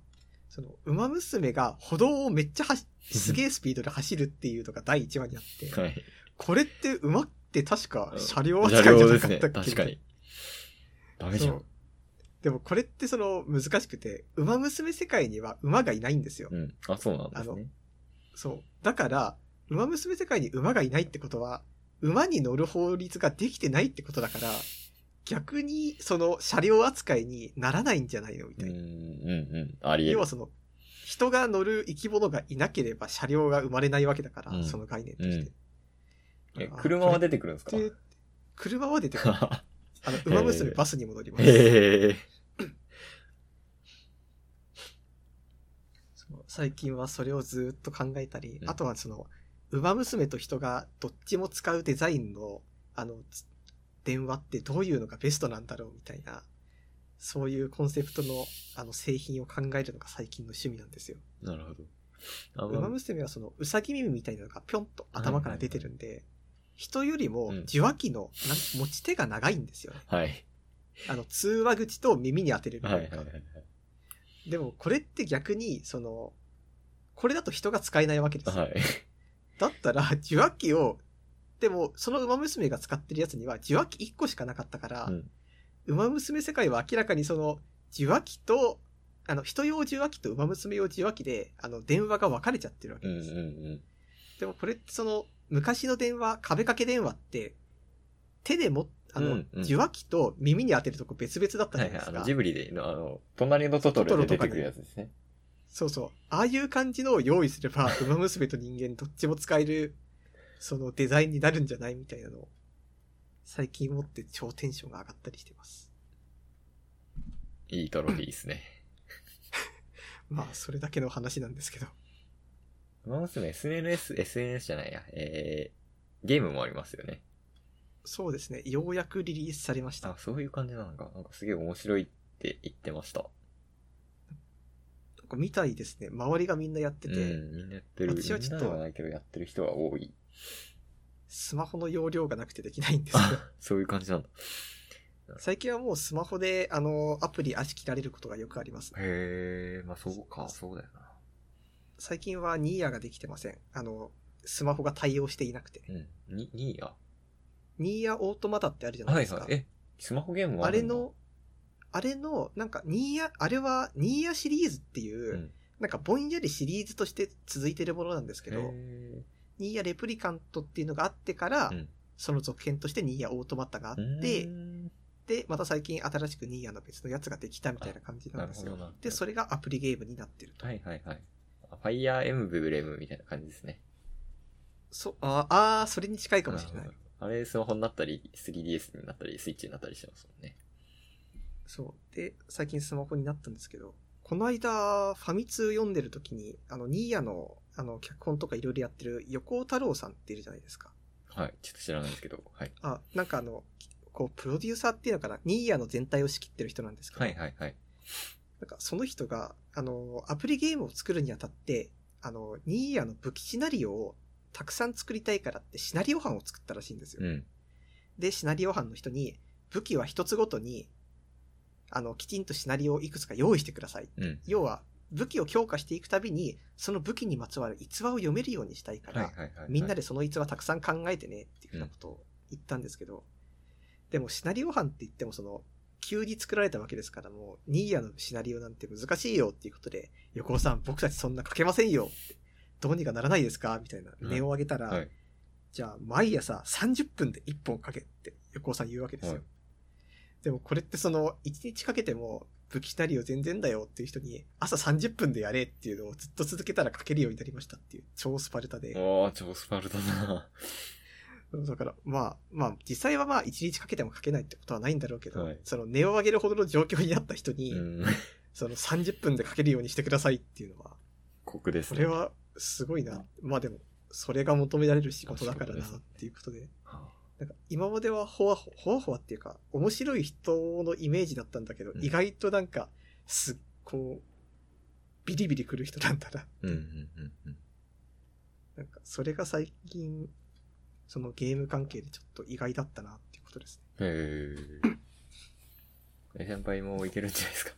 [SPEAKER 1] その、馬娘が歩道をめっちゃ走、すげえスピードで走るっていうのが第1話にあって、
[SPEAKER 2] はい。
[SPEAKER 1] これって馬って確か車両
[SPEAKER 2] 車
[SPEAKER 1] 扱いじゃ
[SPEAKER 2] 両
[SPEAKER 1] な
[SPEAKER 2] で
[SPEAKER 1] か
[SPEAKER 2] す
[SPEAKER 1] ったっ
[SPEAKER 2] ね。
[SPEAKER 1] け
[SPEAKER 2] 確かに。ダメじゃ
[SPEAKER 1] そ
[SPEAKER 2] ん。
[SPEAKER 1] うでもこれってその難しくて、馬娘世界には馬がいないんですよ。
[SPEAKER 2] うん。あ、そうなんですね。
[SPEAKER 1] そう。だから、馬娘世界に馬がいないってことは、馬に乗る法律ができてないってことだから、逆にその車両扱いにならないんじゃないのみ
[SPEAKER 2] う
[SPEAKER 1] た
[SPEAKER 2] ん、
[SPEAKER 1] い
[SPEAKER 2] うん
[SPEAKER 1] な。、
[SPEAKER 2] うん。ありえ
[SPEAKER 1] 要
[SPEAKER 2] る
[SPEAKER 1] は。その、人が乗る生き物がいなければ車両が生まれないわけだから、
[SPEAKER 2] うん
[SPEAKER 1] その概念として。
[SPEAKER 2] え車は
[SPEAKER 1] 出
[SPEAKER 2] 出てくるんです
[SPEAKER 1] て
[SPEAKER 2] か
[SPEAKER 1] 車は出てくる。 あの、馬娘バスに戻ります。
[SPEAKER 2] へえ。
[SPEAKER 1] そう最近はそれをずーっと考えたり、
[SPEAKER 2] うん
[SPEAKER 1] あとはその、馬娘と人がどっちも使うデザインの、あの、つ電話ってどういうのがベストなんだろうみたいな、そういうコンセプトの、あの、製品を考えるのが最近の趣味なんですよ。
[SPEAKER 2] なるほど。あま
[SPEAKER 1] 馬娘はその、うさぎ耳みたいなのがぴょんと頭から出てるんで、人よりも
[SPEAKER 2] うん
[SPEAKER 1] 受話器の、なん持ち手が長いんですよね。
[SPEAKER 2] あはい。
[SPEAKER 1] あの、通話口と耳に当てれる
[SPEAKER 2] はい
[SPEAKER 1] と
[SPEAKER 2] はいいうは
[SPEAKER 1] か
[SPEAKER 2] いはい。
[SPEAKER 1] でも、これって逆に、その、これだと人が使えないわけですよ。
[SPEAKER 2] はい。
[SPEAKER 1] だったら、受話器を、でも、その馬娘が使ってるやつには受話器1個しかなかったから、
[SPEAKER 2] うん
[SPEAKER 1] 馬娘世界は明らかにその、受話器と、あの、人用受話器と馬娘用受話器で、あの、電話が分かれちゃってるわ
[SPEAKER 2] う
[SPEAKER 1] け
[SPEAKER 2] ん
[SPEAKER 1] です。
[SPEAKER 2] うん
[SPEAKER 1] でもこれってその、昔の電話、壁掛け電話って、手でも、あの、
[SPEAKER 2] うんうん
[SPEAKER 1] 受話器と耳に当てるとこ別々だっ
[SPEAKER 2] う
[SPEAKER 1] た
[SPEAKER 2] ん。
[SPEAKER 1] じ
[SPEAKER 2] は
[SPEAKER 1] ゃないです
[SPEAKER 2] いはい。あ
[SPEAKER 1] か。
[SPEAKER 2] の、ジブリでの、あの、隣のトトロで出てくるやつですね。
[SPEAKER 1] そうそう。ああいう感じのを用意すれ ば、馬娘と人間どっちも使える、そのデザインになるんじゃないみたいなのを、最近持って超テンションが上がったりしてます。
[SPEAKER 2] いいトロフィーですね。
[SPEAKER 1] まあ、それだけの話なんですけど。
[SPEAKER 2] ウマ娘 SNS、SNS じゃないや、えー、ゲームもありますよね。
[SPEAKER 1] そうですね。ようやくリリースされました
[SPEAKER 2] あ、。そういう感じなのか。なんかすげえ面白いって言ってました。
[SPEAKER 1] なんか見たいですね。周りがみんなやってて、
[SPEAKER 2] うん、みんなやってる。
[SPEAKER 1] 私はちょっと
[SPEAKER 2] みんなではないけど、やってる人は多い。
[SPEAKER 1] スマホの容量がなくてできないんです よ。
[SPEAKER 2] あ、そういう感じなんだ。
[SPEAKER 1] 最近はもうスマホで、あの、アプリ足切られることがよくあります。
[SPEAKER 2] へえ、まあそうか、そうだよな。
[SPEAKER 1] 最近はニーヤができてません。あの、スマホが対応していなくて。
[SPEAKER 2] うん。に、にや。
[SPEAKER 1] ニーヤオートマタってあるじゃない
[SPEAKER 2] は
[SPEAKER 1] で
[SPEAKER 2] い
[SPEAKER 1] すか。
[SPEAKER 2] はい。え、スマホゲームも
[SPEAKER 1] あれ
[SPEAKER 2] るんだ
[SPEAKER 1] の、、あれの、なんか、ニーヤ、あれは、ニーヤシリーズっていう、
[SPEAKER 2] うん
[SPEAKER 1] なんか、ぼんやりシリーズとして続いてるものなんですけ
[SPEAKER 2] へ
[SPEAKER 1] ど、
[SPEAKER 2] ー
[SPEAKER 1] ニーヤレプリカントっていうのがあってから、
[SPEAKER 2] うん
[SPEAKER 1] その続編としてニーヤオートマタがあって、
[SPEAKER 2] うん
[SPEAKER 1] で、また最近新しくニーヤの別のやつができたみたいな感じな
[SPEAKER 2] なんる
[SPEAKER 1] です
[SPEAKER 2] ほ
[SPEAKER 1] よ
[SPEAKER 2] ど。な。
[SPEAKER 1] で、それがアプリゲームになってると。
[SPEAKER 2] はいはいはい。あファイアーエムブレムみたいな感じですね。
[SPEAKER 1] そ、あーあー、それに近いかもしれない
[SPEAKER 2] うん。。あれ、スマホになったり、3DS になったり、スイッチになったりしてますもんね。
[SPEAKER 1] そう。で、最近スマホになったんですけど、この間、ファミ通読んでる時に、あの、ニーヤの、あの、脚本とかいろいろやってる横尾太郎さんっているじゃないですか。
[SPEAKER 2] はい。ちょっと知らないですけど。はい。
[SPEAKER 1] あ、なんかあの、こう、プロデューサーっていうのかな、ニーヤの全体を仕切ってる人なんですけど、
[SPEAKER 2] はいはいはい。
[SPEAKER 1] なんかその人が、あの、アプリゲームを作るにあたって、あの、ニーヤの武器シナリオをたくさん作りたいからってシナリオ班を作ったらしいんですよ。
[SPEAKER 2] うん。
[SPEAKER 1] で、シナリオ班の人に、武器は一つごとに、あの、きちんとシナリオをいくつか用意してください。
[SPEAKER 2] うん。
[SPEAKER 1] 要は、武器を強化していくたびに、その武器にまつわる逸話を読めるようにしたいから、
[SPEAKER 2] はいはいはい。
[SPEAKER 1] みんなでその逸話たくさん考えてね、っていうふうなことを言ったんですけど、でもシナリオ班って言ってもその、急に作られたわけですから、もう、ニーヤのシナリオなんて難しいよっていうことで、横尾さん、僕たちそんな書けませんよってどうにかならないですかみたいな、
[SPEAKER 2] うん
[SPEAKER 1] 音を上げたら、
[SPEAKER 2] はい
[SPEAKER 1] じゃあ、毎朝30分で1本書けって横尾さん言うわけですよ。
[SPEAKER 2] はい
[SPEAKER 1] でもこれってその、1日かけても武器シナリオ全然だよっていう人に、朝30分でやれっていうのをずっと続けたら書けるようになりましたっていう、超スパルタで。
[SPEAKER 2] おー、超スパルタだな。
[SPEAKER 1] だから、まあ、まあ、実際はまあ、1日かけても書けないってことはないんだろうけど、
[SPEAKER 2] はい
[SPEAKER 1] その、値を上げるほどの状況になった人に、
[SPEAKER 2] うん。
[SPEAKER 1] その30分で書けるようにしてくださいっていうのは、
[SPEAKER 2] 酷です
[SPEAKER 1] そ
[SPEAKER 2] ね。
[SPEAKER 1] れはすごいな。まあでも、それが求められる仕事だからなっていうことで。
[SPEAKER 2] は
[SPEAKER 1] なんか今まではほわほほわほわっていうか、面白い人のイメージだったんだけど、
[SPEAKER 2] うん
[SPEAKER 1] 意外となんか、すっこう、ビリビリ来る人なんだな。
[SPEAKER 2] あ。うんうんうんうん。
[SPEAKER 1] なんか、それが最近、そのゲーム関係でちょっと意外だったなっていうことですね。
[SPEAKER 2] へーえ。先輩もいけるんじゃないですか。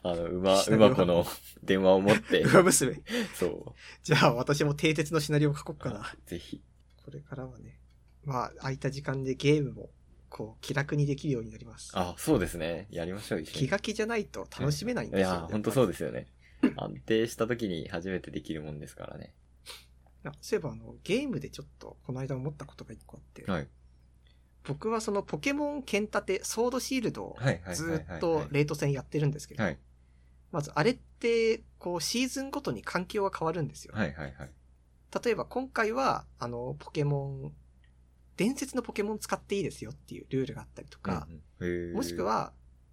[SPEAKER 2] あの、馬、
[SPEAKER 1] シナリオ
[SPEAKER 2] 馬子の電話を持って、
[SPEAKER 1] 馬娘。
[SPEAKER 2] そ
[SPEAKER 1] じゃあ私も定鉄のシナリオを書こうかな。
[SPEAKER 2] う。ぜひ。
[SPEAKER 1] これからはね、まあ、空いた時間でゲームも、こう、気楽にできるようになります。
[SPEAKER 2] あ、そうですね。やりましょう、一緒に
[SPEAKER 1] 気が気じゃないと楽しめないん
[SPEAKER 2] い
[SPEAKER 1] ですよ。
[SPEAKER 2] や、本当そう
[SPEAKER 1] で
[SPEAKER 2] ですよね。安定した時に初めてできるもんですからね。
[SPEAKER 1] す。そういえば、あの、ゲームでちょっと、この間思ったことが一個あって、
[SPEAKER 2] はい。
[SPEAKER 1] 僕はそのポケモン剣立て、ソードシールドを
[SPEAKER 2] はい、はい。
[SPEAKER 1] ずっとレート戦やってるんですけど、
[SPEAKER 2] はい、
[SPEAKER 1] まずあれって、こうシーズンごとに環境が変わるんですよ。
[SPEAKER 2] はい、はい、はい。
[SPEAKER 1] 例えば今回は、あの、ポケモン、伝説のポケモン使っていいですよっていうルールがあったりとか、
[SPEAKER 2] うんうん、へー
[SPEAKER 1] もしく、は、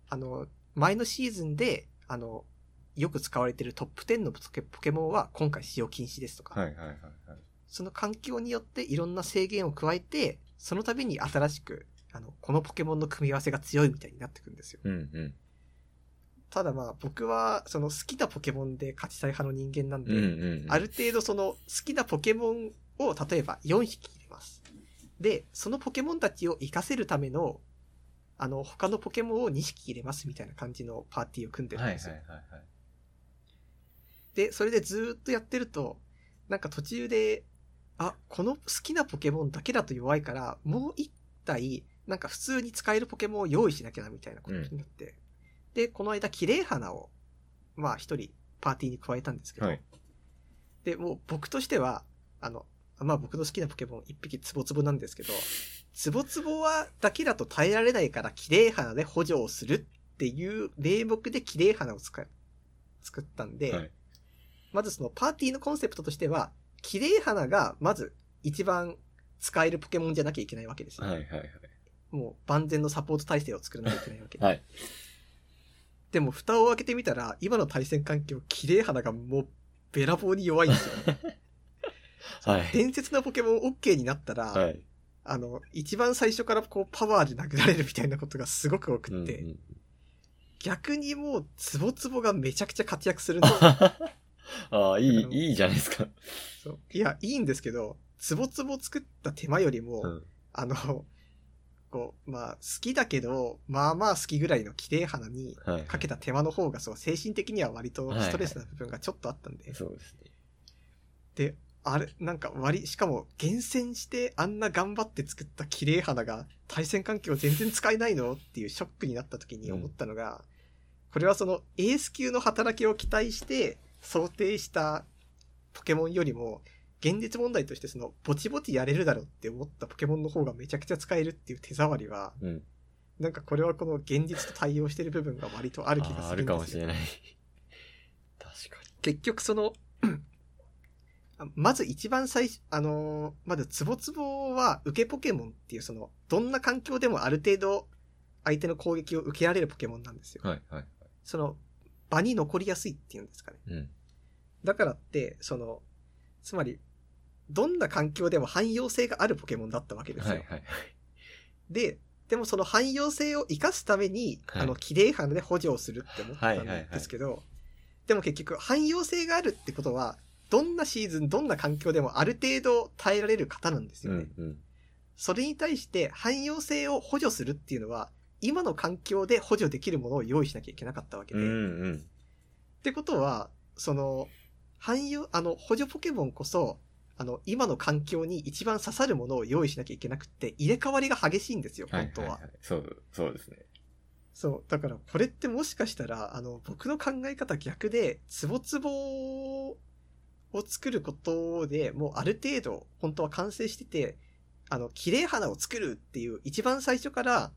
[SPEAKER 1] あの、前のシーズンで、あの、よく使われてるトップ10のポケポケモンは今回使用禁止ですとか、
[SPEAKER 2] はい、はい、はい。はい
[SPEAKER 1] その環境によっていろんな制限を加えて、その度に新しく、あの、このポケモンの組み合わせが強いみたいになってくるんですよ。
[SPEAKER 2] うん、うん。
[SPEAKER 1] ただまあ僕は、その好きなポケモンで勝ちたい派の人間なんで、
[SPEAKER 2] うん、うん。
[SPEAKER 1] ある程度その好きなポケモンを例えば4匹入れます。で、そのポケモンたちを活かせるための、あの、他のポケモンを2匹入れますみたいな感じのパーティーを組んでるん
[SPEAKER 2] はい、
[SPEAKER 1] で
[SPEAKER 2] はい、
[SPEAKER 1] す
[SPEAKER 2] は
[SPEAKER 1] よ。
[SPEAKER 2] い。はい
[SPEAKER 1] で、それでずーっとやってると、なんか途中で、あ、この好きなポケモンだけだと弱いから、もう一体、なんか普通に使えるポケモンを用意しなきゃなみたいなことになって。で、この間、綺麗花を、まあ一人パーティーに加えたんですけど、
[SPEAKER 2] はい
[SPEAKER 1] で、もう僕としては、あの、まあ僕の好きなポケモン一匹ツボツボなんですけど、ツボツボはだけだと耐えられないから綺麗花で補助をするっていう名目で綺麗花を使い作ったんで、
[SPEAKER 2] はい
[SPEAKER 1] まずそのパーティーのコンセプトとしては、綺麗花がまず一番使えるポケモンじゃなきゃいけないわけですよ。
[SPEAKER 2] はい、はい。
[SPEAKER 1] もう万全のサポート体制を作らなきゃいけないわけで。
[SPEAKER 2] はい。
[SPEAKER 1] でも蓋を開けてみたら、今の対戦環境、綺麗花がもうべらぼうに弱いんですよ。
[SPEAKER 2] はい。
[SPEAKER 1] 伝説のポケモン OK になったら、
[SPEAKER 2] はい。
[SPEAKER 1] あの、一番最初からこうパワーで殴られるみたいなことがすごく多
[SPEAKER 2] う
[SPEAKER 1] く
[SPEAKER 2] ん
[SPEAKER 1] っ
[SPEAKER 2] う
[SPEAKER 1] て、
[SPEAKER 2] ん
[SPEAKER 1] 逆にもうツボツボがめちゃくちゃ活躍するんですよ。
[SPEAKER 2] ああ、いい、いいじゃないですか。
[SPEAKER 1] そういや、いいんですけど、ツボツボ作った手間よりも、
[SPEAKER 2] うん
[SPEAKER 1] あの、こう、まあ、好きだけど、まあまあ好きぐらいの綺麗花に
[SPEAKER 2] はい。
[SPEAKER 1] かけた手間の方が、そう、精神的には割とストレスな部分がちょっとあったんで、
[SPEAKER 2] そうですね。
[SPEAKER 1] で、あれ、なんか割り、しかも厳選してあんな頑張って作った綺麗花が対戦環境全然使えないのっていうショックになった時に思ったのが、これはそのエース級の働きを期待して想定したポケモンよりも、現実問題としてそのぼちぼちやれるだろうって思ったポケモンの方がめちゃくちゃ使えるっていう手触りは、
[SPEAKER 2] うん。
[SPEAKER 1] なんかこれはこの現実と対応してる部分が割とある気
[SPEAKER 2] あ
[SPEAKER 1] が
[SPEAKER 2] あ、
[SPEAKER 1] す
[SPEAKER 2] あ
[SPEAKER 1] る
[SPEAKER 2] る
[SPEAKER 1] ん
[SPEAKER 2] か
[SPEAKER 1] で
[SPEAKER 2] も
[SPEAKER 1] す
[SPEAKER 2] し
[SPEAKER 1] よ。
[SPEAKER 2] れない。確か
[SPEAKER 1] 結局その、あまず一番最初、あのーまずツボツボは受けポケモンっていうその、どんな環境でもある程度相手の攻撃を受けられるポケモンなんですよ。
[SPEAKER 2] に。はい、はい。
[SPEAKER 1] その、場に残りやすいっていうんですかね。
[SPEAKER 2] うん。
[SPEAKER 1] だからって、その、つまり、どんな環境でも汎用性があるポケモンだったわけですよ。
[SPEAKER 2] はい、はい。
[SPEAKER 1] で、でもその汎用性を生かすために、
[SPEAKER 2] はい
[SPEAKER 1] あの、綺麗版で補助をするって思った
[SPEAKER 2] はい
[SPEAKER 1] ん
[SPEAKER 2] はいはい
[SPEAKER 1] ですけど、でも結局、汎用性があるってことは、どんなシーズン、どんな環境でもある程度耐えられる方なんです
[SPEAKER 2] う
[SPEAKER 1] よね。
[SPEAKER 2] ん、うん。
[SPEAKER 1] それに対して、汎用性を補助するっていうのは、今の環境で補助できるものを用意しなきゃいけなかったわけ
[SPEAKER 2] う
[SPEAKER 1] で。
[SPEAKER 2] ん、
[SPEAKER 1] っ
[SPEAKER 2] うん。
[SPEAKER 1] てことは、その、汎用、あの、補助ポケモンこそ、あの、今の環境に一番刺さるものを用意しなきゃいけなくって、入れ替わりが激しいんですよ、
[SPEAKER 2] い
[SPEAKER 1] 本
[SPEAKER 2] い
[SPEAKER 1] 当は。
[SPEAKER 2] い。そう、そうですね。
[SPEAKER 1] そう。だから、これってもしかしたら、あの、僕の考え方逆で、ツボツボを作ることでもうある程度、本当は完成してて、あの、綺麗花を作るっていう、一番最初から、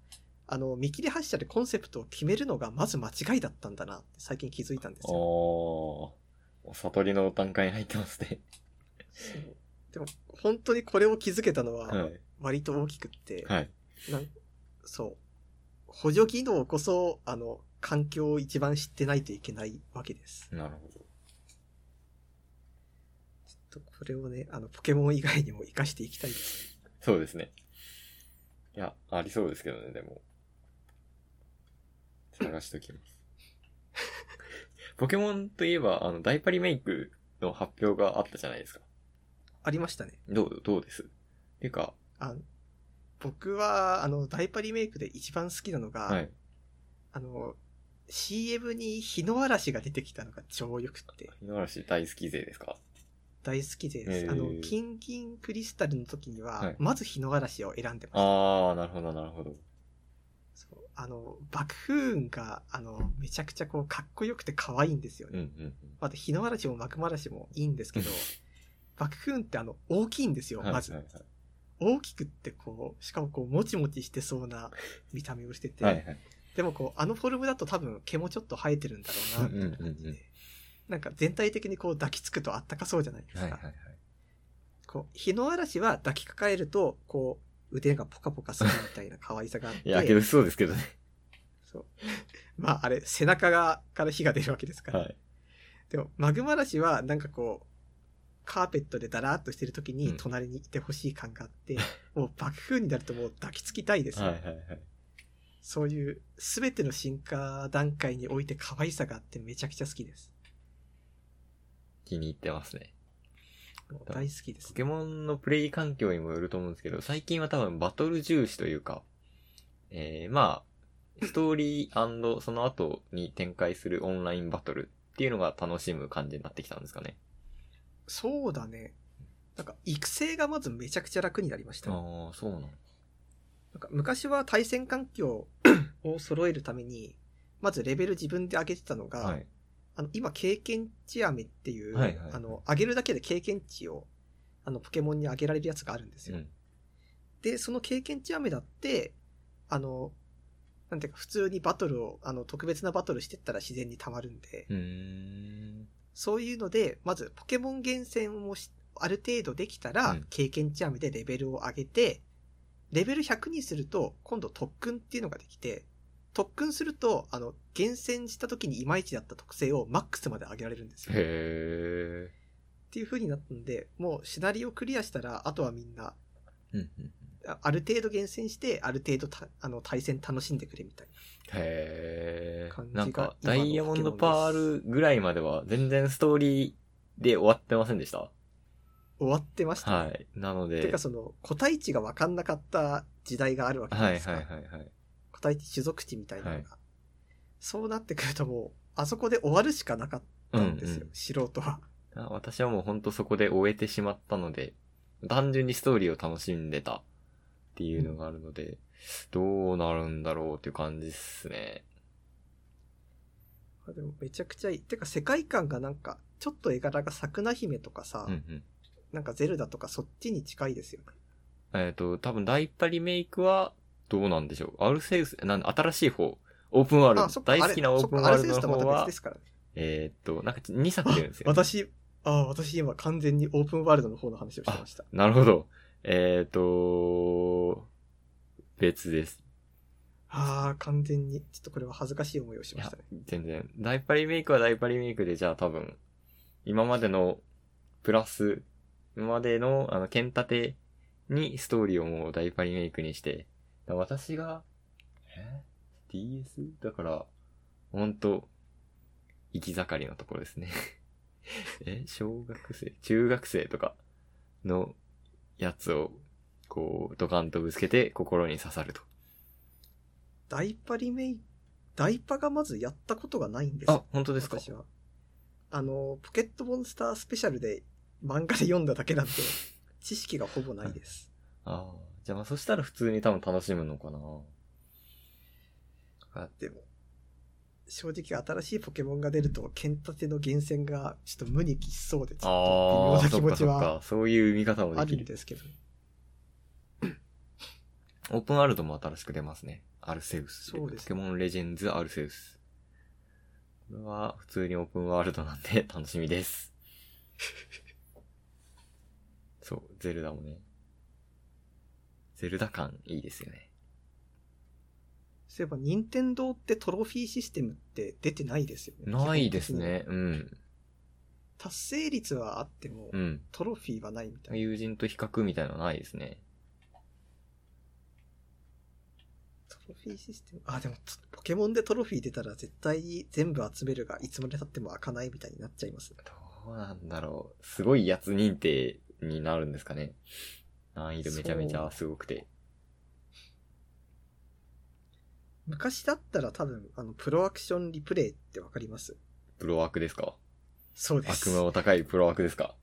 [SPEAKER 1] あの、見切り発車でコンセプトを決めるのが、まず間違いだったんだな、って最近気づいたんです
[SPEAKER 2] お
[SPEAKER 1] よ。
[SPEAKER 2] おー。お悟りの段階に入ってますね。
[SPEAKER 1] そうでも、本当にこれを気づけたのは、
[SPEAKER 2] い。
[SPEAKER 1] 割と大きくって、
[SPEAKER 2] はい。
[SPEAKER 1] なんそう。補助技能こそ、あの、環境を一番知ってないといけないわけです。
[SPEAKER 2] なるほど。
[SPEAKER 1] ちょっとこれをね、あの、ポケモン以外にも活かしていきたいです。
[SPEAKER 2] そうですね。いや、ありそうですけどね、でも。探しときます。 ポケモンといえば、あの、ダイパリメイクの発表があったじゃないですか。
[SPEAKER 1] ありましたね。
[SPEAKER 2] どう、どうですてか、
[SPEAKER 1] あ僕は、あの、ダイパリメイクで一番好きなのが、
[SPEAKER 2] はい。
[SPEAKER 1] あの、CM に日の嵐が出てきたのが超良くって、
[SPEAKER 2] 井ノ嵐大好き勢ですか
[SPEAKER 1] 大好きで
[SPEAKER 2] へ
[SPEAKER 1] す。
[SPEAKER 2] ー
[SPEAKER 1] あの、キンキンクリスタルの時には、
[SPEAKER 2] はい
[SPEAKER 1] まず日の嵐を選んでました。
[SPEAKER 2] あー、なるほど、なるほど。
[SPEAKER 1] そうあの、爆風雲が、あの、めちゃくちゃこう、かっこよくて可愛いんですよね
[SPEAKER 2] うん、うん、
[SPEAKER 1] また日の嵐も幕嵐もいいんですけど、爆風雲ってあの、大きいんです
[SPEAKER 2] う
[SPEAKER 1] よ、
[SPEAKER 2] ん。はい
[SPEAKER 1] まず。
[SPEAKER 2] はい
[SPEAKER 1] 大きくってこう、しかもこう、もちもちしてそうな見た目をしてて、
[SPEAKER 2] はい。はいはい。
[SPEAKER 1] でもこう、あのフォルムだと多分毛もちょっと生えてるんだろうな、みたいな感じ
[SPEAKER 2] うんうんうんう
[SPEAKER 1] で
[SPEAKER 2] ん。
[SPEAKER 1] なんか全体的にこう抱きつくとあったかそうじゃないですか。
[SPEAKER 2] はいはいはい。
[SPEAKER 1] こう、日の嵐は抱きかかえると、こう、腕がポカポカするみたいな可愛さがあって、
[SPEAKER 2] いや、けどそうですけどね。
[SPEAKER 1] そう。 まああれ、背中が、から火が出るわけですから。
[SPEAKER 2] はい。
[SPEAKER 1] でも、マグマ嵐はなんかこう、カーペットでダラーっとしてる時
[SPEAKER 2] う
[SPEAKER 1] に
[SPEAKER 2] ん
[SPEAKER 1] 隣にいてほしい感があって、もう爆風になるともう抱きつきたいですよ
[SPEAKER 2] はいはいはい。
[SPEAKER 1] そういう全ての進化段階において可愛さがあってめちゃくちゃ好きです。
[SPEAKER 2] 気に入ってますね。
[SPEAKER 1] もう大好きで
[SPEAKER 2] ポ
[SPEAKER 1] す。
[SPEAKER 2] ケモンのプレイ環境にもよると思うんですけど、最近は多分バトル重視というか、えー、まあ、ストーリーその後に展開するオンラインバトルっていうのが楽しむ感じになってきたんですかね。
[SPEAKER 1] そうだね。なんか育成がまずめちゃくちゃ楽になりました。なん
[SPEAKER 2] ああ、そうなの。
[SPEAKER 1] か昔は対戦環境を揃えるために、 まずレベル自分で上げてたのが、
[SPEAKER 2] はい。
[SPEAKER 1] あの今経験値飴っていう、
[SPEAKER 2] はいはい
[SPEAKER 1] あの上げるだけで経験値をあのポケモンに上げられるやつがあるんです
[SPEAKER 2] う
[SPEAKER 1] よ。
[SPEAKER 2] ん。
[SPEAKER 1] で、その経験値飴だって、あの、なんていうか普通にバトルを、あの特別なバトルしてったら自然に溜まるんで、
[SPEAKER 2] うーん。
[SPEAKER 1] そういうので、まずポケモン厳選をしある程度できた
[SPEAKER 2] う
[SPEAKER 1] ら
[SPEAKER 2] ん、
[SPEAKER 1] 経験値飴でレベルを上げて、レベル100にすると、今度特訓っていうのができて、特訓すると、あの、厳選した時にいまいちだった特性をマックスまで上げられるんですよ。っ
[SPEAKER 2] へ
[SPEAKER 1] ていう風になったんで、もうシナリオクリアしたら、あとはみんな、
[SPEAKER 2] え。うんうん
[SPEAKER 1] あある程度厳選して、ある程度たあの対戦楽しんでくれみたいな。
[SPEAKER 2] へ
[SPEAKER 1] 感
[SPEAKER 2] ー
[SPEAKER 1] じが
[SPEAKER 2] なんか、
[SPEAKER 1] 今
[SPEAKER 2] ダ
[SPEAKER 1] の
[SPEAKER 2] イヤモンドパールぐらいまでは全然ストーリーで終わってませんでした
[SPEAKER 1] 終わってましたね、
[SPEAKER 2] はい。なので。
[SPEAKER 1] てかその、個体値が分かんなかった時代があるわけじゃな
[SPEAKER 2] はいい
[SPEAKER 1] ですか。
[SPEAKER 2] はいはいはい。
[SPEAKER 1] 個体値、種族値みたいなのが。
[SPEAKER 2] はい
[SPEAKER 1] そうなってくるともう、あそこで終わるしかなかったんですよ、素人は。
[SPEAKER 2] うんあ私はもうほんとそこで終えてしまったので、単純にストーリーを楽しんでたっていうのがあるので、どうなるんだろうっていう感じっすね。
[SPEAKER 1] あでもめちゃくちゃいい。てか世界観がなんか、ちょっと絵柄が桜姫とかさ、
[SPEAKER 2] うんうん。
[SPEAKER 1] なんかゼルダとかそっちに近いですよね。
[SPEAKER 2] えっ、と、多分ダイパリメイクはどうなんでしょう。アルセウス、なん新しい方、オープンワールド、大好きなオープンワールド
[SPEAKER 1] あれそっかアルセウス
[SPEAKER 2] の方
[SPEAKER 1] とまた別
[SPEAKER 2] は
[SPEAKER 1] で、すからね。
[SPEAKER 2] えっ、と、なんか2作出るんですよ、ね。
[SPEAKER 1] 私、ああ、私今完全にオープンワールドの方の話をしてました。
[SPEAKER 2] なるほど。えっ、と、別です。
[SPEAKER 1] ああ、完全に。ちょっとこれは恥ずかしい思いをし
[SPEAKER 2] い
[SPEAKER 1] まし
[SPEAKER 2] や
[SPEAKER 1] たね。、
[SPEAKER 2] 全然。ダイパリメイクはダイパリメイクで、じゃあ多分、今までの、プラス、今までの、あの、剣立てにストーリーをもうダイパリメイクにして、だ私が、え ?DS? だから、ほんと、行き盛りのところですね。 え小学生中学生とかのやつを、こう、ドカンとぶつけて心に刺さると。
[SPEAKER 1] ダイパリメイ、ダイパがまずやったことがないんです
[SPEAKER 2] あ
[SPEAKER 1] よ。、
[SPEAKER 2] 本当ですか
[SPEAKER 1] 私は。あの、ポケットモンスタースペシャルで漫画で読んだだ けなんで、知識がほぼないです。
[SPEAKER 2] ああ、じゃあまあそしたら普通に多分楽しむのかな。あ
[SPEAKER 1] でも、正直新しいポケモンが出ると、剣立ての厳選がちょっと無にきしそうで、ちょっと微妙な
[SPEAKER 2] あー、
[SPEAKER 1] 気
[SPEAKER 2] そっ
[SPEAKER 1] 持
[SPEAKER 2] か
[SPEAKER 1] ち
[SPEAKER 2] そっ
[SPEAKER 1] は
[SPEAKER 2] か。そういう見方も
[SPEAKER 1] あ
[SPEAKER 2] でき
[SPEAKER 1] るん
[SPEAKER 2] る。
[SPEAKER 1] ですけど。
[SPEAKER 2] オープンワールドも新しく出ますね。アルセウス。
[SPEAKER 1] そうですね
[SPEAKER 2] ポケモンレジェンズアルセウス。これは普通にオープンワールドなんで 楽し みです。そう、ゼルダもね。ゼルダ感いいですよね。
[SPEAKER 1] そういえば、任天堂ってトロフィーシステムって出てないですよね。
[SPEAKER 2] ないです
[SPEAKER 1] 基本的に。
[SPEAKER 2] ね。うん。
[SPEAKER 1] 達成率はあっても、
[SPEAKER 2] うん。
[SPEAKER 1] トロフィーはないみたいな。
[SPEAKER 2] 友人と比較みたいなのないですね。
[SPEAKER 1] トロフィーシステム。あ、でも、ちょポケモンでトロフィー出たら絶対に全部集めるが、いつまで経っても開かないみたいになっちゃいますね。
[SPEAKER 2] どうなんだろう。すごいやつ認定になるんですかね。難易度めちゃめちゃすごくて。
[SPEAKER 1] 昔だったら多分、あの、プロアクションリプレイってわかります
[SPEAKER 2] プロ枠ですか
[SPEAKER 1] そうです
[SPEAKER 2] 悪。魔を高いプロ枠ですか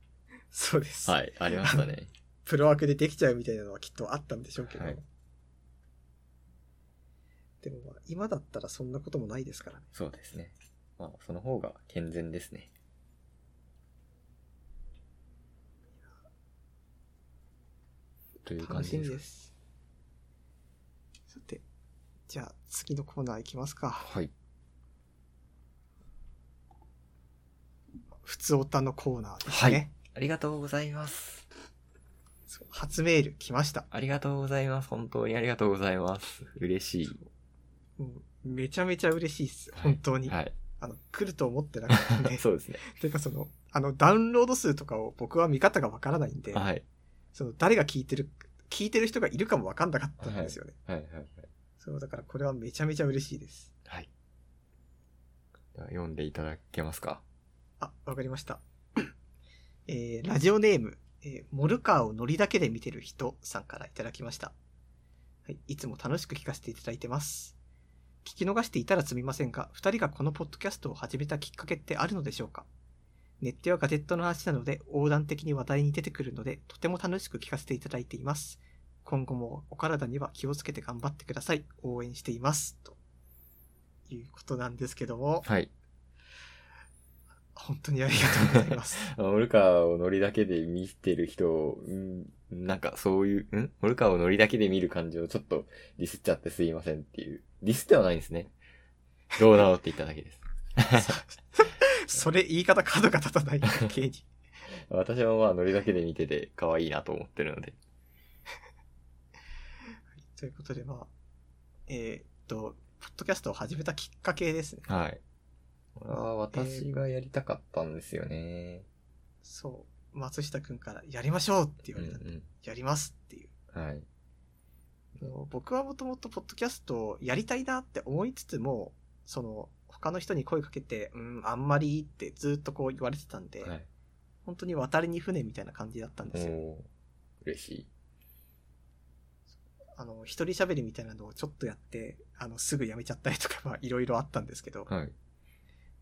[SPEAKER 1] そうです。
[SPEAKER 2] はい、ありました ね。
[SPEAKER 1] プロアクでできちゃうみたいなのはきっとあったんでしょうけど。
[SPEAKER 2] はい
[SPEAKER 1] でも、まあ今だったらそんなこともないですからね。
[SPEAKER 2] そうですね。まあ、その方が健全ですね。という感
[SPEAKER 1] 楽し
[SPEAKER 2] じ
[SPEAKER 1] みで
[SPEAKER 2] ですか。
[SPEAKER 1] す。さて、じゃあ次のコーナー行きますか。
[SPEAKER 2] はい。
[SPEAKER 1] 普通オタのコーナーですね。
[SPEAKER 2] ありがとうございます。
[SPEAKER 1] そう初メール来ました。
[SPEAKER 2] ありがとうございます。本当にありがとうございます。嬉し
[SPEAKER 1] もうめちゃめちゃ嬉しいっす。
[SPEAKER 2] はい
[SPEAKER 1] 本当
[SPEAKER 2] い。
[SPEAKER 1] に。
[SPEAKER 2] はい。。
[SPEAKER 1] あの、来ると思ってなかったんで
[SPEAKER 2] そうですね。
[SPEAKER 1] てかその、あの、ダウンロード数とかを僕は見方がわからないんで、
[SPEAKER 2] はい。
[SPEAKER 1] その、誰が聞いてる、聞いてる人がいるかもわかんなかったんですよね。
[SPEAKER 2] はい、はい、はい。
[SPEAKER 1] そう、だからこれはめちゃめちゃ嬉しいです。
[SPEAKER 2] はい。では読んでいただけますか
[SPEAKER 1] あ、わかりました。 えーラジオネーム、えーモルカーを乗りだけで見てる人さんからいただきました。はい、いつも楽しく聞かせていただいてます。聞き逃していたらすみませんが、二人がこのポッドキャストを始めたきっかけってあるのでしょうかネットやガジェットの話なので、横断的に話題に出てくるので、とても楽しく聞かせていただいています。今後もお体には気をつけて頑張ってください。応援しています。ということなんですけども、
[SPEAKER 2] はい。
[SPEAKER 1] 本当にありがとうござい ます。
[SPEAKER 2] モルカーを乗りだけで見てる人を、うんなんかそういう、んモルカーを乗りだけで見る感じをちょっとディスっちゃってすいませんっていう。ディスってはないんですね。どうなのって言っただけです。
[SPEAKER 1] それ言い方角が立たない刑事。
[SPEAKER 2] 私はまあ乗りだけで見てて可愛いなと思ってるので。
[SPEAKER 1] ということで、まあ、えーっと、ポッドキャストを始めたきっかけですね。
[SPEAKER 2] はい。これは私がやりたかったんですよね。
[SPEAKER 1] そう。松下くんから、やりましょうって言われた、
[SPEAKER 2] うん
[SPEAKER 1] やりますっていう。
[SPEAKER 2] うん。はい。
[SPEAKER 1] あの僕はもともとポッドキャストをやりたいなって思いつつも、その、他の人に声かけて、うん、あんまりってずっとこう言われてたんで、
[SPEAKER 2] はい。
[SPEAKER 1] 本当に渡りに船みたいな感じだったん
[SPEAKER 2] お
[SPEAKER 1] ですよ。
[SPEAKER 2] ー嬉しい。
[SPEAKER 1] あの、一人喋りみたいなのをちょっとやって、あの、すぐやめちゃったりとか、まあ、いろいろあったんですけど、
[SPEAKER 2] はい。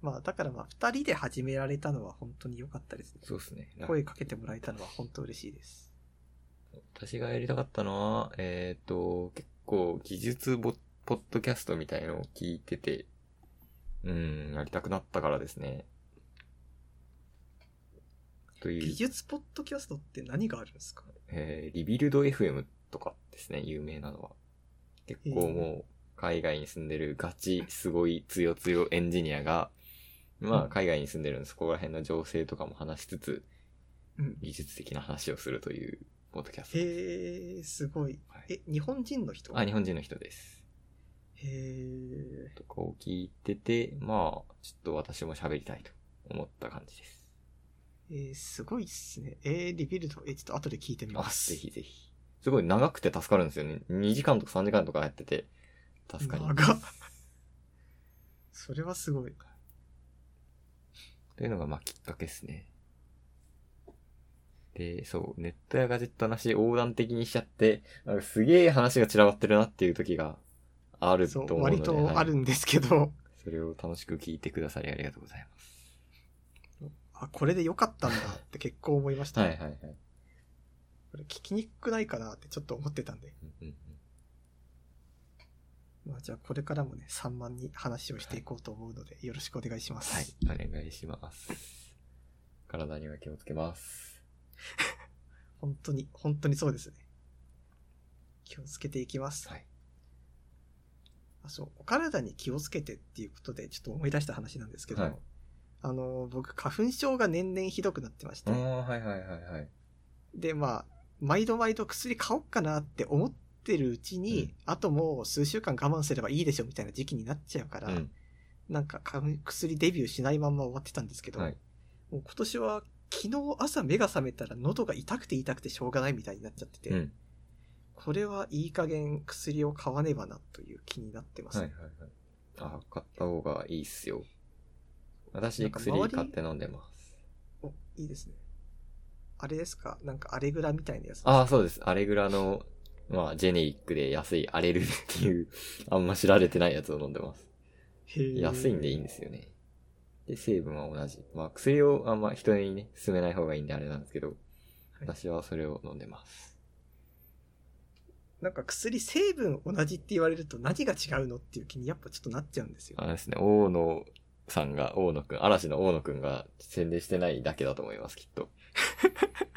[SPEAKER 1] まあ、だからまあ、二人で始められたのは本当に良かったですね。
[SPEAKER 2] そうですね。
[SPEAKER 1] 声かけてもらえたのは本当嬉しいです。
[SPEAKER 2] 私がやりたかったのは、えっ、と、結構技術ボポッドキャストみたいのを聞いてて、うん、やりたくなったからですね。とい
[SPEAKER 1] 技
[SPEAKER 2] う、
[SPEAKER 1] 術ポッドキャストって何があるんですか
[SPEAKER 2] えーリビルド FM とかですね、有名なのは。結構もう、海外に住んでるガチ、すごい、強強エンジニアが、ま
[SPEAKER 1] う
[SPEAKER 2] あ、
[SPEAKER 1] ん
[SPEAKER 2] 海外に住んでるんで、そこら辺の情勢とかも話しつつ、
[SPEAKER 1] うん。
[SPEAKER 2] 技術的な話をするという、ポッドキャストです。
[SPEAKER 1] へえ、すごい。
[SPEAKER 2] はい
[SPEAKER 1] え、日本人の人
[SPEAKER 2] あ、日本人の人です。
[SPEAKER 1] へえ、
[SPEAKER 2] とかを聞いてて、まあ、ちょっと私も喋りたいと思った感じです。
[SPEAKER 1] えーすごいっすね。えーリビルド、えーちょっと後で聞いてみ
[SPEAKER 2] あ、
[SPEAKER 1] ます。
[SPEAKER 2] ぜひぜひ。すごい長くて助かるんですよね。2時間とか3時間とかやってて、助かります。
[SPEAKER 1] 長っそれはすごい。
[SPEAKER 2] というのが、まあ、きっかけですね。で、そう、ネットやガジェットの話横断的にしちゃって、なんかすげえ話が散らばってるなっていう時があると
[SPEAKER 1] そ
[SPEAKER 2] 思う
[SPEAKER 1] う、
[SPEAKER 2] ので、
[SPEAKER 1] 割とある
[SPEAKER 2] はい
[SPEAKER 1] んですけど、
[SPEAKER 2] それを楽しく聞いてくださりありがとうございます。
[SPEAKER 1] あ、これで良かったんだって結構思いました。
[SPEAKER 2] はいはいはい。
[SPEAKER 1] これ聞きにくくないかなってちょっと思ってたんで。
[SPEAKER 2] うんうんうん
[SPEAKER 1] まあ、じゃあこれからもね、散漫に話をしていこうと思うので、よろしくお願いします。
[SPEAKER 2] はい、お願いします。体には気をつけます。
[SPEAKER 1] 本当に、本当にそうですね。気をつけていきます。
[SPEAKER 2] はい。
[SPEAKER 1] あそう、お体に気をつけてっていうことで、ちょっと思い出した話なんですけど、
[SPEAKER 2] はい
[SPEAKER 1] あの、僕、花粉症が年々ひどくなってまして、
[SPEAKER 2] ああ、はいはいはいはい。
[SPEAKER 1] で、まあ、毎度毎度薬買おうかなって思ってるうちに、
[SPEAKER 2] うん
[SPEAKER 1] あともう数週間我慢すればいいでしょみたいな時期になっちゃうから、
[SPEAKER 2] うん。
[SPEAKER 1] なんか花粉薬デビューしないまんま終わってたんですけど、
[SPEAKER 2] はい。
[SPEAKER 1] もう今年は昨日朝目が覚めたら喉が痛くて痛くてしょうがないみたいになっちゃってて、
[SPEAKER 2] うん。
[SPEAKER 1] これはいい加減薬を買わねばなという気になってます。
[SPEAKER 2] はいはいはい。ああ、買った方がいいっすよ。私、
[SPEAKER 1] なんか周り
[SPEAKER 2] 薬買って飲んでます。
[SPEAKER 1] お、いいですね。あれですかなんかアレグラみたいなやつ。
[SPEAKER 2] ああ、そうです。アレグラの、まあ、ジェネリックで安いアレルっていう、 あんま知られてないやつを飲んでます。
[SPEAKER 1] へー
[SPEAKER 2] 安いんでいいんですよね。で、成分は同じ。まあ、薬をあんま人にね、勧めない方がいいんであれなんですけど、
[SPEAKER 1] い
[SPEAKER 2] 私はそれを飲んでます。
[SPEAKER 1] なんか薬成分同じって言われると何が違うのっていう気にやっぱちょっとなっちゃうんですよ。
[SPEAKER 2] あれですね、大野さんが、大野くん、嵐の大野くんが宣伝してないだけだと思います、きっと。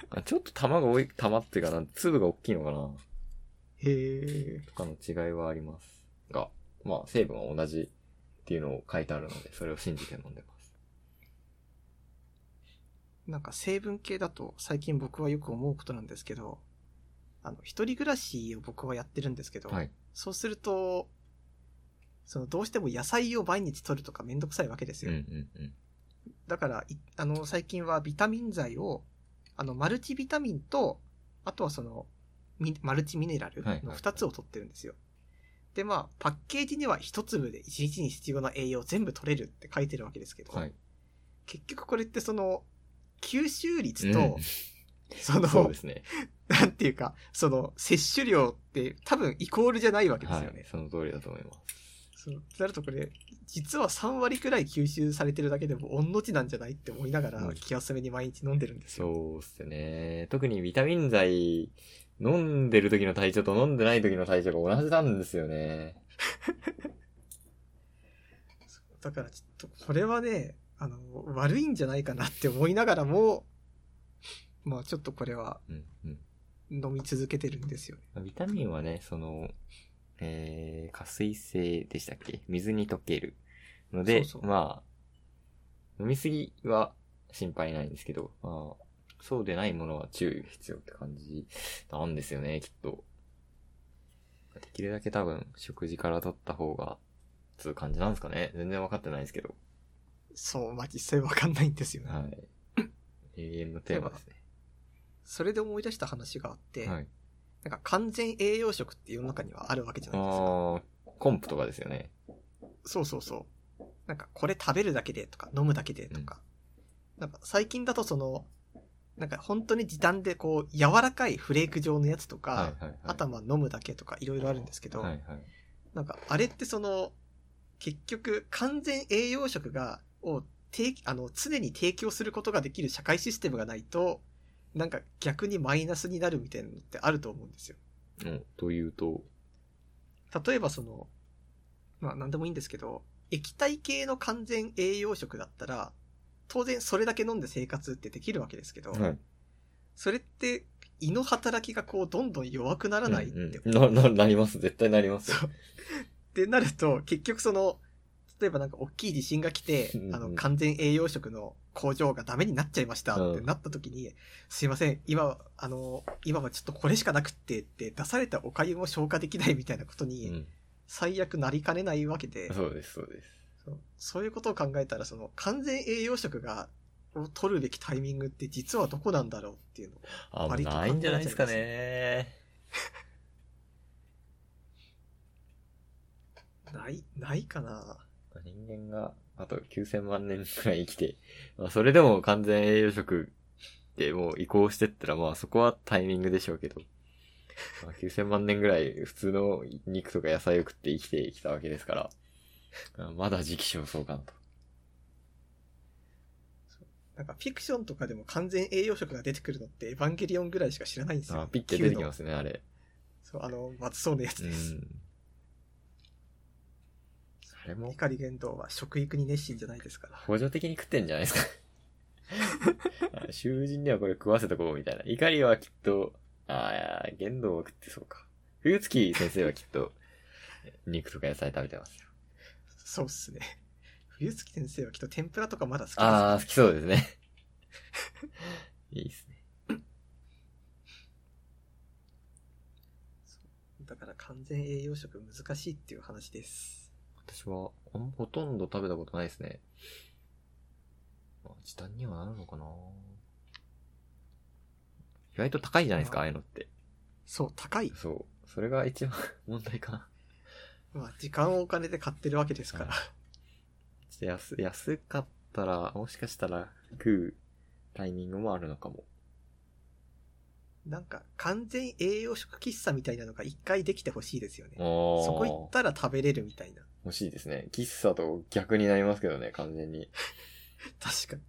[SPEAKER 2] あちょっと玉が多い、玉っていうかな、粒が大きいのかな、
[SPEAKER 1] へえ。
[SPEAKER 2] とかの違いはあります。が、まあ、成分は同じっていうのを書いてあるので、それを信じて飲んでます。
[SPEAKER 1] なんか成分系だと最近僕はよく思うことなんですけど、あの、一人暮らしを僕はやってるんですけど、
[SPEAKER 2] はい。
[SPEAKER 1] そうすると、そのどうしても野菜を毎日取るとかめんどくさいわけです
[SPEAKER 2] うん
[SPEAKER 1] よ。
[SPEAKER 2] うんうん。
[SPEAKER 1] だから、いあの、最近はビタミン剤を、あの、マルチビタミンと、あとはその、ミマルチミネラル
[SPEAKER 2] はいはい
[SPEAKER 1] の
[SPEAKER 2] はい
[SPEAKER 1] 2つを取ってるんですよ。で、まあ、パッケージには1粒で1日に必要な栄養全部取れるって書いてるわけですけど、
[SPEAKER 2] はい。
[SPEAKER 1] 結局これってその、吸収率
[SPEAKER 2] う
[SPEAKER 1] と
[SPEAKER 2] ん、
[SPEAKER 1] その、
[SPEAKER 2] そうですね。
[SPEAKER 1] なんていうか、その、摂取量って多分イコールじゃないわけです
[SPEAKER 2] は
[SPEAKER 1] よね。
[SPEAKER 2] い。その通りだと思います。
[SPEAKER 1] そうなるとこれ実は3割くらい吸収されてるだけでも御の字なんじゃないって思いなが
[SPEAKER 2] う
[SPEAKER 1] ら
[SPEAKER 2] ん
[SPEAKER 1] 気休めに毎日飲んでるんですよ。
[SPEAKER 2] そうっすね。特にビタミン剤、飲んでる時の体調と飲んでない時の体調が同じなんですよね。
[SPEAKER 1] だからちょっとこれはねあの悪いんじゃないかなって思いながらもまあちょっとこれは
[SPEAKER 2] うんうん。
[SPEAKER 1] 飲み続けてるんですよね。
[SPEAKER 2] ビタミンはね、その、えー、加水性でしたっけ水に溶ける。ので、
[SPEAKER 1] そうそう
[SPEAKER 2] まあ、飲みすぎは心配ないんですけど、まあ、そうでないものは注意が必要って感じなんですよね、きっと。できるだけ多分、食事から取った方がつう感じなんですかね。全然わかってないですけど。
[SPEAKER 1] そう、まあ、実際わかんないんですよね。
[SPEAKER 2] はい。永遠のテーマです
[SPEAKER 1] それで思い出した話があって、
[SPEAKER 2] ね。はい。
[SPEAKER 1] なんか完全栄養食って世の中にはあるわけじゃ
[SPEAKER 2] あ
[SPEAKER 1] ないですか。
[SPEAKER 2] ー、コンプとかですよね。
[SPEAKER 1] そうそうそう。なんかこれ食べるだけでとか飲むだけでとか。なんか最近だとその、なんか本当に時短でこう柔らかいフレーク状のやつとか、
[SPEAKER 2] はいはいはい。
[SPEAKER 1] あとはまあ飲むだけとかいろいろあるんですけど、
[SPEAKER 2] はいはい。
[SPEAKER 1] なんかあれってその、結局完全栄養食が、を提あの常に提供することができる社会システムがないと、なんか逆にマイナスになるみたいなのってあると思うんですよ。
[SPEAKER 2] うんというと、
[SPEAKER 1] 例えばその、まあ何でもいいんですけど、液体系の完全栄養食だったら、当然それだけ飲んで生活ってできるわけですけど、
[SPEAKER 2] はい。
[SPEAKER 1] それって胃の働きがこうどんどん弱くならないって、
[SPEAKER 2] うんうんな、な、なります。絶対なりますよ。
[SPEAKER 1] そう。ってなると、結局その、例えばなんか大きい地震が来て
[SPEAKER 2] うんう、ん
[SPEAKER 1] あの、完全栄養食の工場がダメになっちゃいましたってなった時に、すいません、今は、あの、今はちょっとこれしかなくってって出されたお粥も消化できないみたいなこと
[SPEAKER 2] う
[SPEAKER 1] に、
[SPEAKER 2] ん
[SPEAKER 1] 最悪なりかねないわけで、
[SPEAKER 2] そうです、そうです。
[SPEAKER 1] そうそういうことを考えたら、その、完全栄養食が、を取るべきタイミングって実はどこなんだろうっていうのを
[SPEAKER 2] あ、もう
[SPEAKER 1] 割と
[SPEAKER 2] ないんじゃないですかね。
[SPEAKER 1] ない、ないかな
[SPEAKER 2] 人間があと9000万年くらい生きて、まあ、それでも完全栄養食でもう移行してったら、まあそこはタイミングでしょうけど、まあ、9000万年ぐらい普通の肉とか野菜を食って生きてきたわけですから、あまだ時期尚早かなと。
[SPEAKER 1] なんかフィクションとかでも完全栄養食が出てくるのってエヴァンゲリオンぐらいしか知らないんですよ。
[SPEAKER 2] あピッて出てき
[SPEAKER 1] 旧の
[SPEAKER 2] ますね、あれ。
[SPEAKER 1] そう、あの、まずそうなやつ
[SPEAKER 2] う
[SPEAKER 1] です。
[SPEAKER 2] ん。あれも
[SPEAKER 1] 光玄道は食育に熱心じゃないですから。
[SPEAKER 2] 補助的に食ってんじゃないですか。あ囚人にはこれ食わせとこうみたいな。怒りはきっと、ああ、言動を食ってそうか。冬月先生はきっと、肉とか野菜食べてますよ。
[SPEAKER 1] そうっすね。 冬月先生はきっと天ぷらとかまだ好きですから
[SPEAKER 2] ああ、好きそうですね。いいですね。
[SPEAKER 1] だから完全栄養食難しいっていう話です。
[SPEAKER 2] 私は、あんほとんど食べたことないですね。まあ、時短にはなるのかな意外と高いじゃないですか、ああいうのって。
[SPEAKER 1] そう、高い。
[SPEAKER 2] そう。それが一番 問題かな。
[SPEAKER 1] まあ、時間をお金で買ってるわけですから。
[SPEAKER 2] ちょっと安、安かったら、もしかしたら食うタイミングもあるのかも。
[SPEAKER 1] なんか、完全栄養食喫茶みたいなのが一回できてほしいですよね。
[SPEAKER 2] そ
[SPEAKER 1] そこ行ったら食べれるみたいな。
[SPEAKER 2] 欲しいですね。喫茶と逆になりますけどね、完全に。
[SPEAKER 1] 確かに。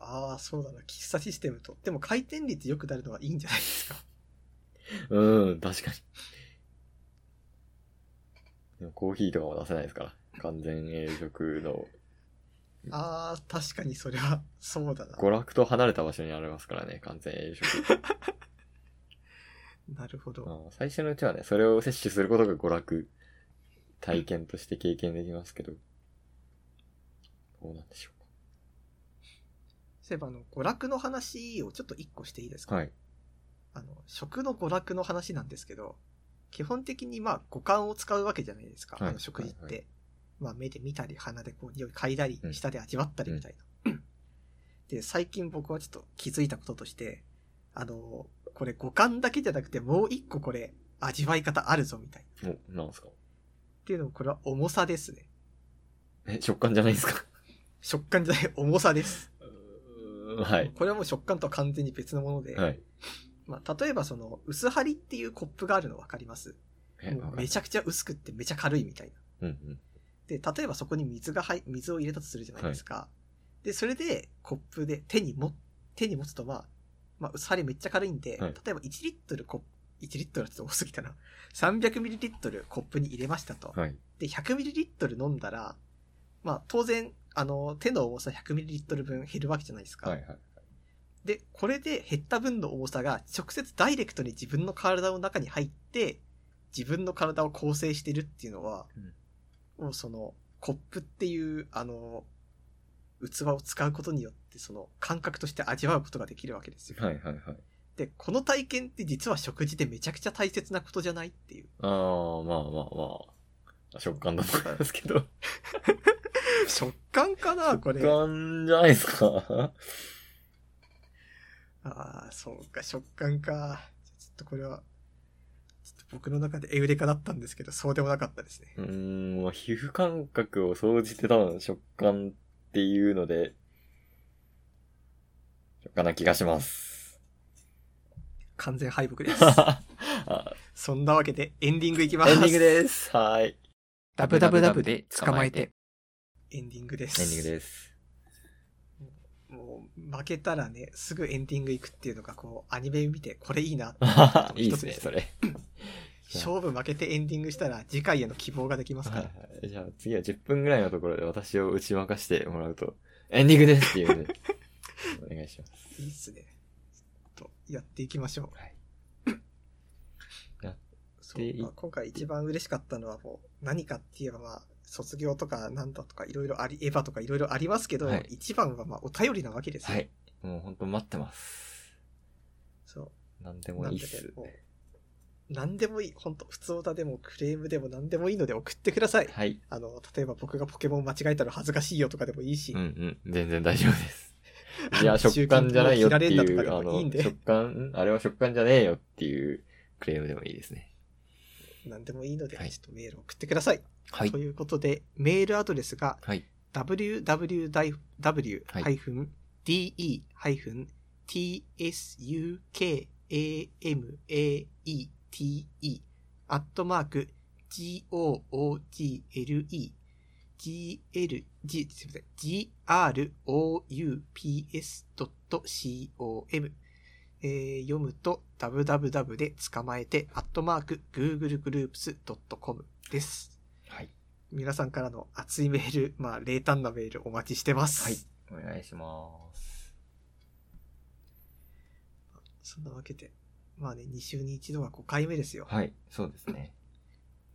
[SPEAKER 1] ああ、そうだな。喫茶システムと。でも回転率良くなるのはいいんじゃないですか。
[SPEAKER 2] うん、確かに。でもコーヒーとかも出せないですから。完全栄養食の、
[SPEAKER 1] ああ、確かにそれは、そうだな。
[SPEAKER 2] 娯楽と離れた場所にありますからね、完全栄養 食。
[SPEAKER 1] なるほ
[SPEAKER 2] う
[SPEAKER 1] ど。
[SPEAKER 2] ん最初のうちはね、それを摂取することが娯楽、体験として経験できますけど、どうなんでしょ
[SPEAKER 1] そういえば、あの、娯楽の話をちょっと一個していいです
[SPEAKER 2] うか。
[SPEAKER 1] か、
[SPEAKER 2] はい。
[SPEAKER 1] あの、食の娯楽の話なんですけど、基本的にまあ、五感を使うわけじゃないですか。
[SPEAKER 2] はい
[SPEAKER 1] あの、食事って。
[SPEAKER 2] はいは
[SPEAKER 1] まあ、目で見たり、鼻でこう、匂い嗅いだり
[SPEAKER 2] う、ん
[SPEAKER 1] 舌で味わったりみたいな。で、最近僕はちょっと気づいたこととして、あの、これ五感だけじゃなくて、もう一個これ、味わい方あるぞみたいな。っ
[SPEAKER 2] お、なんですか
[SPEAKER 1] ていうのも、これは重さですね。
[SPEAKER 2] え、食感じゃないですか
[SPEAKER 1] 食感じゃない、重さです。
[SPEAKER 2] はい。
[SPEAKER 1] これはもう食感とは完全に別のもので、
[SPEAKER 2] はい。
[SPEAKER 1] まあ、例えばその、薄張りっていうコップがあるの分かります
[SPEAKER 2] え
[SPEAKER 1] もうめち
[SPEAKER 2] ゃ
[SPEAKER 1] ゃくちゃ薄くってめちゃ軽いみたいな。
[SPEAKER 2] うんうん。
[SPEAKER 1] で、例えばそこに水が入、水を入れたとするじゃないですか。で、それで、コップで手にも、手に持つとまあ、まあ、薄張りめっちゃ軽いんで、
[SPEAKER 2] はい
[SPEAKER 1] 例えば1リットルコップ、1リットルはちょっと多すぎたな。300ml コップに入れましたと。
[SPEAKER 2] はい。
[SPEAKER 1] で、100ml 飲んだら、まあ、当然、あの、手の重さ 100ml 分減るわけじゃないですか。
[SPEAKER 2] はいはい。
[SPEAKER 1] で、これで減った分の重さが直接ダイレクトに自分の体の中に入って、自分の体を構成してるっていうのは、もうその、コップっていう、あの、器を使うことによって、その、感覚として味わうことができるわけですよ。
[SPEAKER 2] はいはいはい。
[SPEAKER 1] で、この体験って実は食事でめちゃくちゃ大切なことじゃないって いう。
[SPEAKER 2] ああ、まあまあまあ。食感だと思いますけ ど。
[SPEAKER 1] 食感かなこれ。
[SPEAKER 2] 食感じゃないですか
[SPEAKER 1] ああ、そうか、食感か。ちょっとこれは、ちょっと僕の中でエウレカだったんですけど、そうでもなかったですね。
[SPEAKER 2] うーん、まあ皮膚感覚を総じて多分食感っていうので、食感な気が します。
[SPEAKER 1] 完全敗北です。
[SPEAKER 2] あ
[SPEAKER 1] そんなわけでエンディングいきます。
[SPEAKER 2] エンディング です。はい。
[SPEAKER 1] ダブダブダブで捕まえて。エンディングです。
[SPEAKER 2] エンディングです。
[SPEAKER 1] もう、負けたらね、すぐエンディングいくっていうのが、こう、アニメ見て、これいいな。
[SPEAKER 2] いいですね、それ。
[SPEAKER 1] 勝負負けてエンディングしたら、次回への希望ができます
[SPEAKER 2] は
[SPEAKER 1] か
[SPEAKER 2] い
[SPEAKER 1] ら。
[SPEAKER 2] はい。じゃあ次は10分ぐらいのところで私を打ち負かしてもらうと、エンディングですっ ていうので、お願いします。
[SPEAKER 1] いいっすね。ちょっと、やっていきましょう。
[SPEAKER 2] はい
[SPEAKER 1] そう
[SPEAKER 2] で
[SPEAKER 1] まあ今回一番嬉しかったのはもう何かって言えばまあ卒業とかなんだとかいろいろあり、エヴァとかいろいろありますけど、
[SPEAKER 2] はい
[SPEAKER 1] 一番はまあお便りなわけですよ。
[SPEAKER 2] はい。もう本当待ってます。
[SPEAKER 1] そ
[SPEAKER 2] 何で
[SPEAKER 1] う。
[SPEAKER 2] も
[SPEAKER 1] ないん
[SPEAKER 2] いっ
[SPEAKER 1] でね
[SPEAKER 2] す。
[SPEAKER 1] もう何でもいい。本当普通歌でもクレームでも何でもいいので送ってください。
[SPEAKER 2] はい。
[SPEAKER 1] あの、例えば僕がポケモン間違えたら恥ずかしいよとかでもいいし、
[SPEAKER 2] うんうん。全然大丈夫 です。い
[SPEAKER 1] あの
[SPEAKER 2] や、食感じゃないよって
[SPEAKER 1] 中
[SPEAKER 2] い
[SPEAKER 1] 間
[SPEAKER 2] う、
[SPEAKER 1] とか
[SPEAKER 2] あ
[SPEAKER 1] でもい
[SPEAKER 2] の
[SPEAKER 1] いん、で
[SPEAKER 2] 食感、んあれは食感じゃねえよっていうクレームでもいいですね。
[SPEAKER 1] 何でもいいので、
[SPEAKER 2] はい
[SPEAKER 1] ちょっとメール送ってください。
[SPEAKER 2] はい
[SPEAKER 1] と。いうことで、メールアドレスが
[SPEAKER 2] はい。
[SPEAKER 1] www-de-tsukamate アットマーク google gl g すいません groups.com えー読むと www で捕まえてアットマーク googlegroups.com です。
[SPEAKER 2] はい。
[SPEAKER 1] 皆さんからの熱いメール、 まあ、冷淡なメールお待ちしてます。
[SPEAKER 2] はい。お願いします。
[SPEAKER 1] そんなわけで、まあね、2週に1度は5回目ですよ。
[SPEAKER 2] はい。そうですね。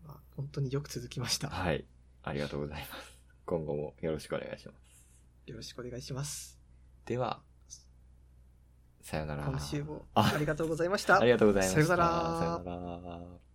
[SPEAKER 1] まあ、本当によく続きました。
[SPEAKER 2] はい。ありがとうございます。今後もよろしくお願いします。
[SPEAKER 1] よろしくお願いします。
[SPEAKER 2] では、さよなら。
[SPEAKER 1] 今週も
[SPEAKER 2] あ
[SPEAKER 1] ありがとうございました
[SPEAKER 2] あ。りがとうございまし
[SPEAKER 1] さ
[SPEAKER 2] た。
[SPEAKER 1] よなら
[SPEAKER 2] さよなら。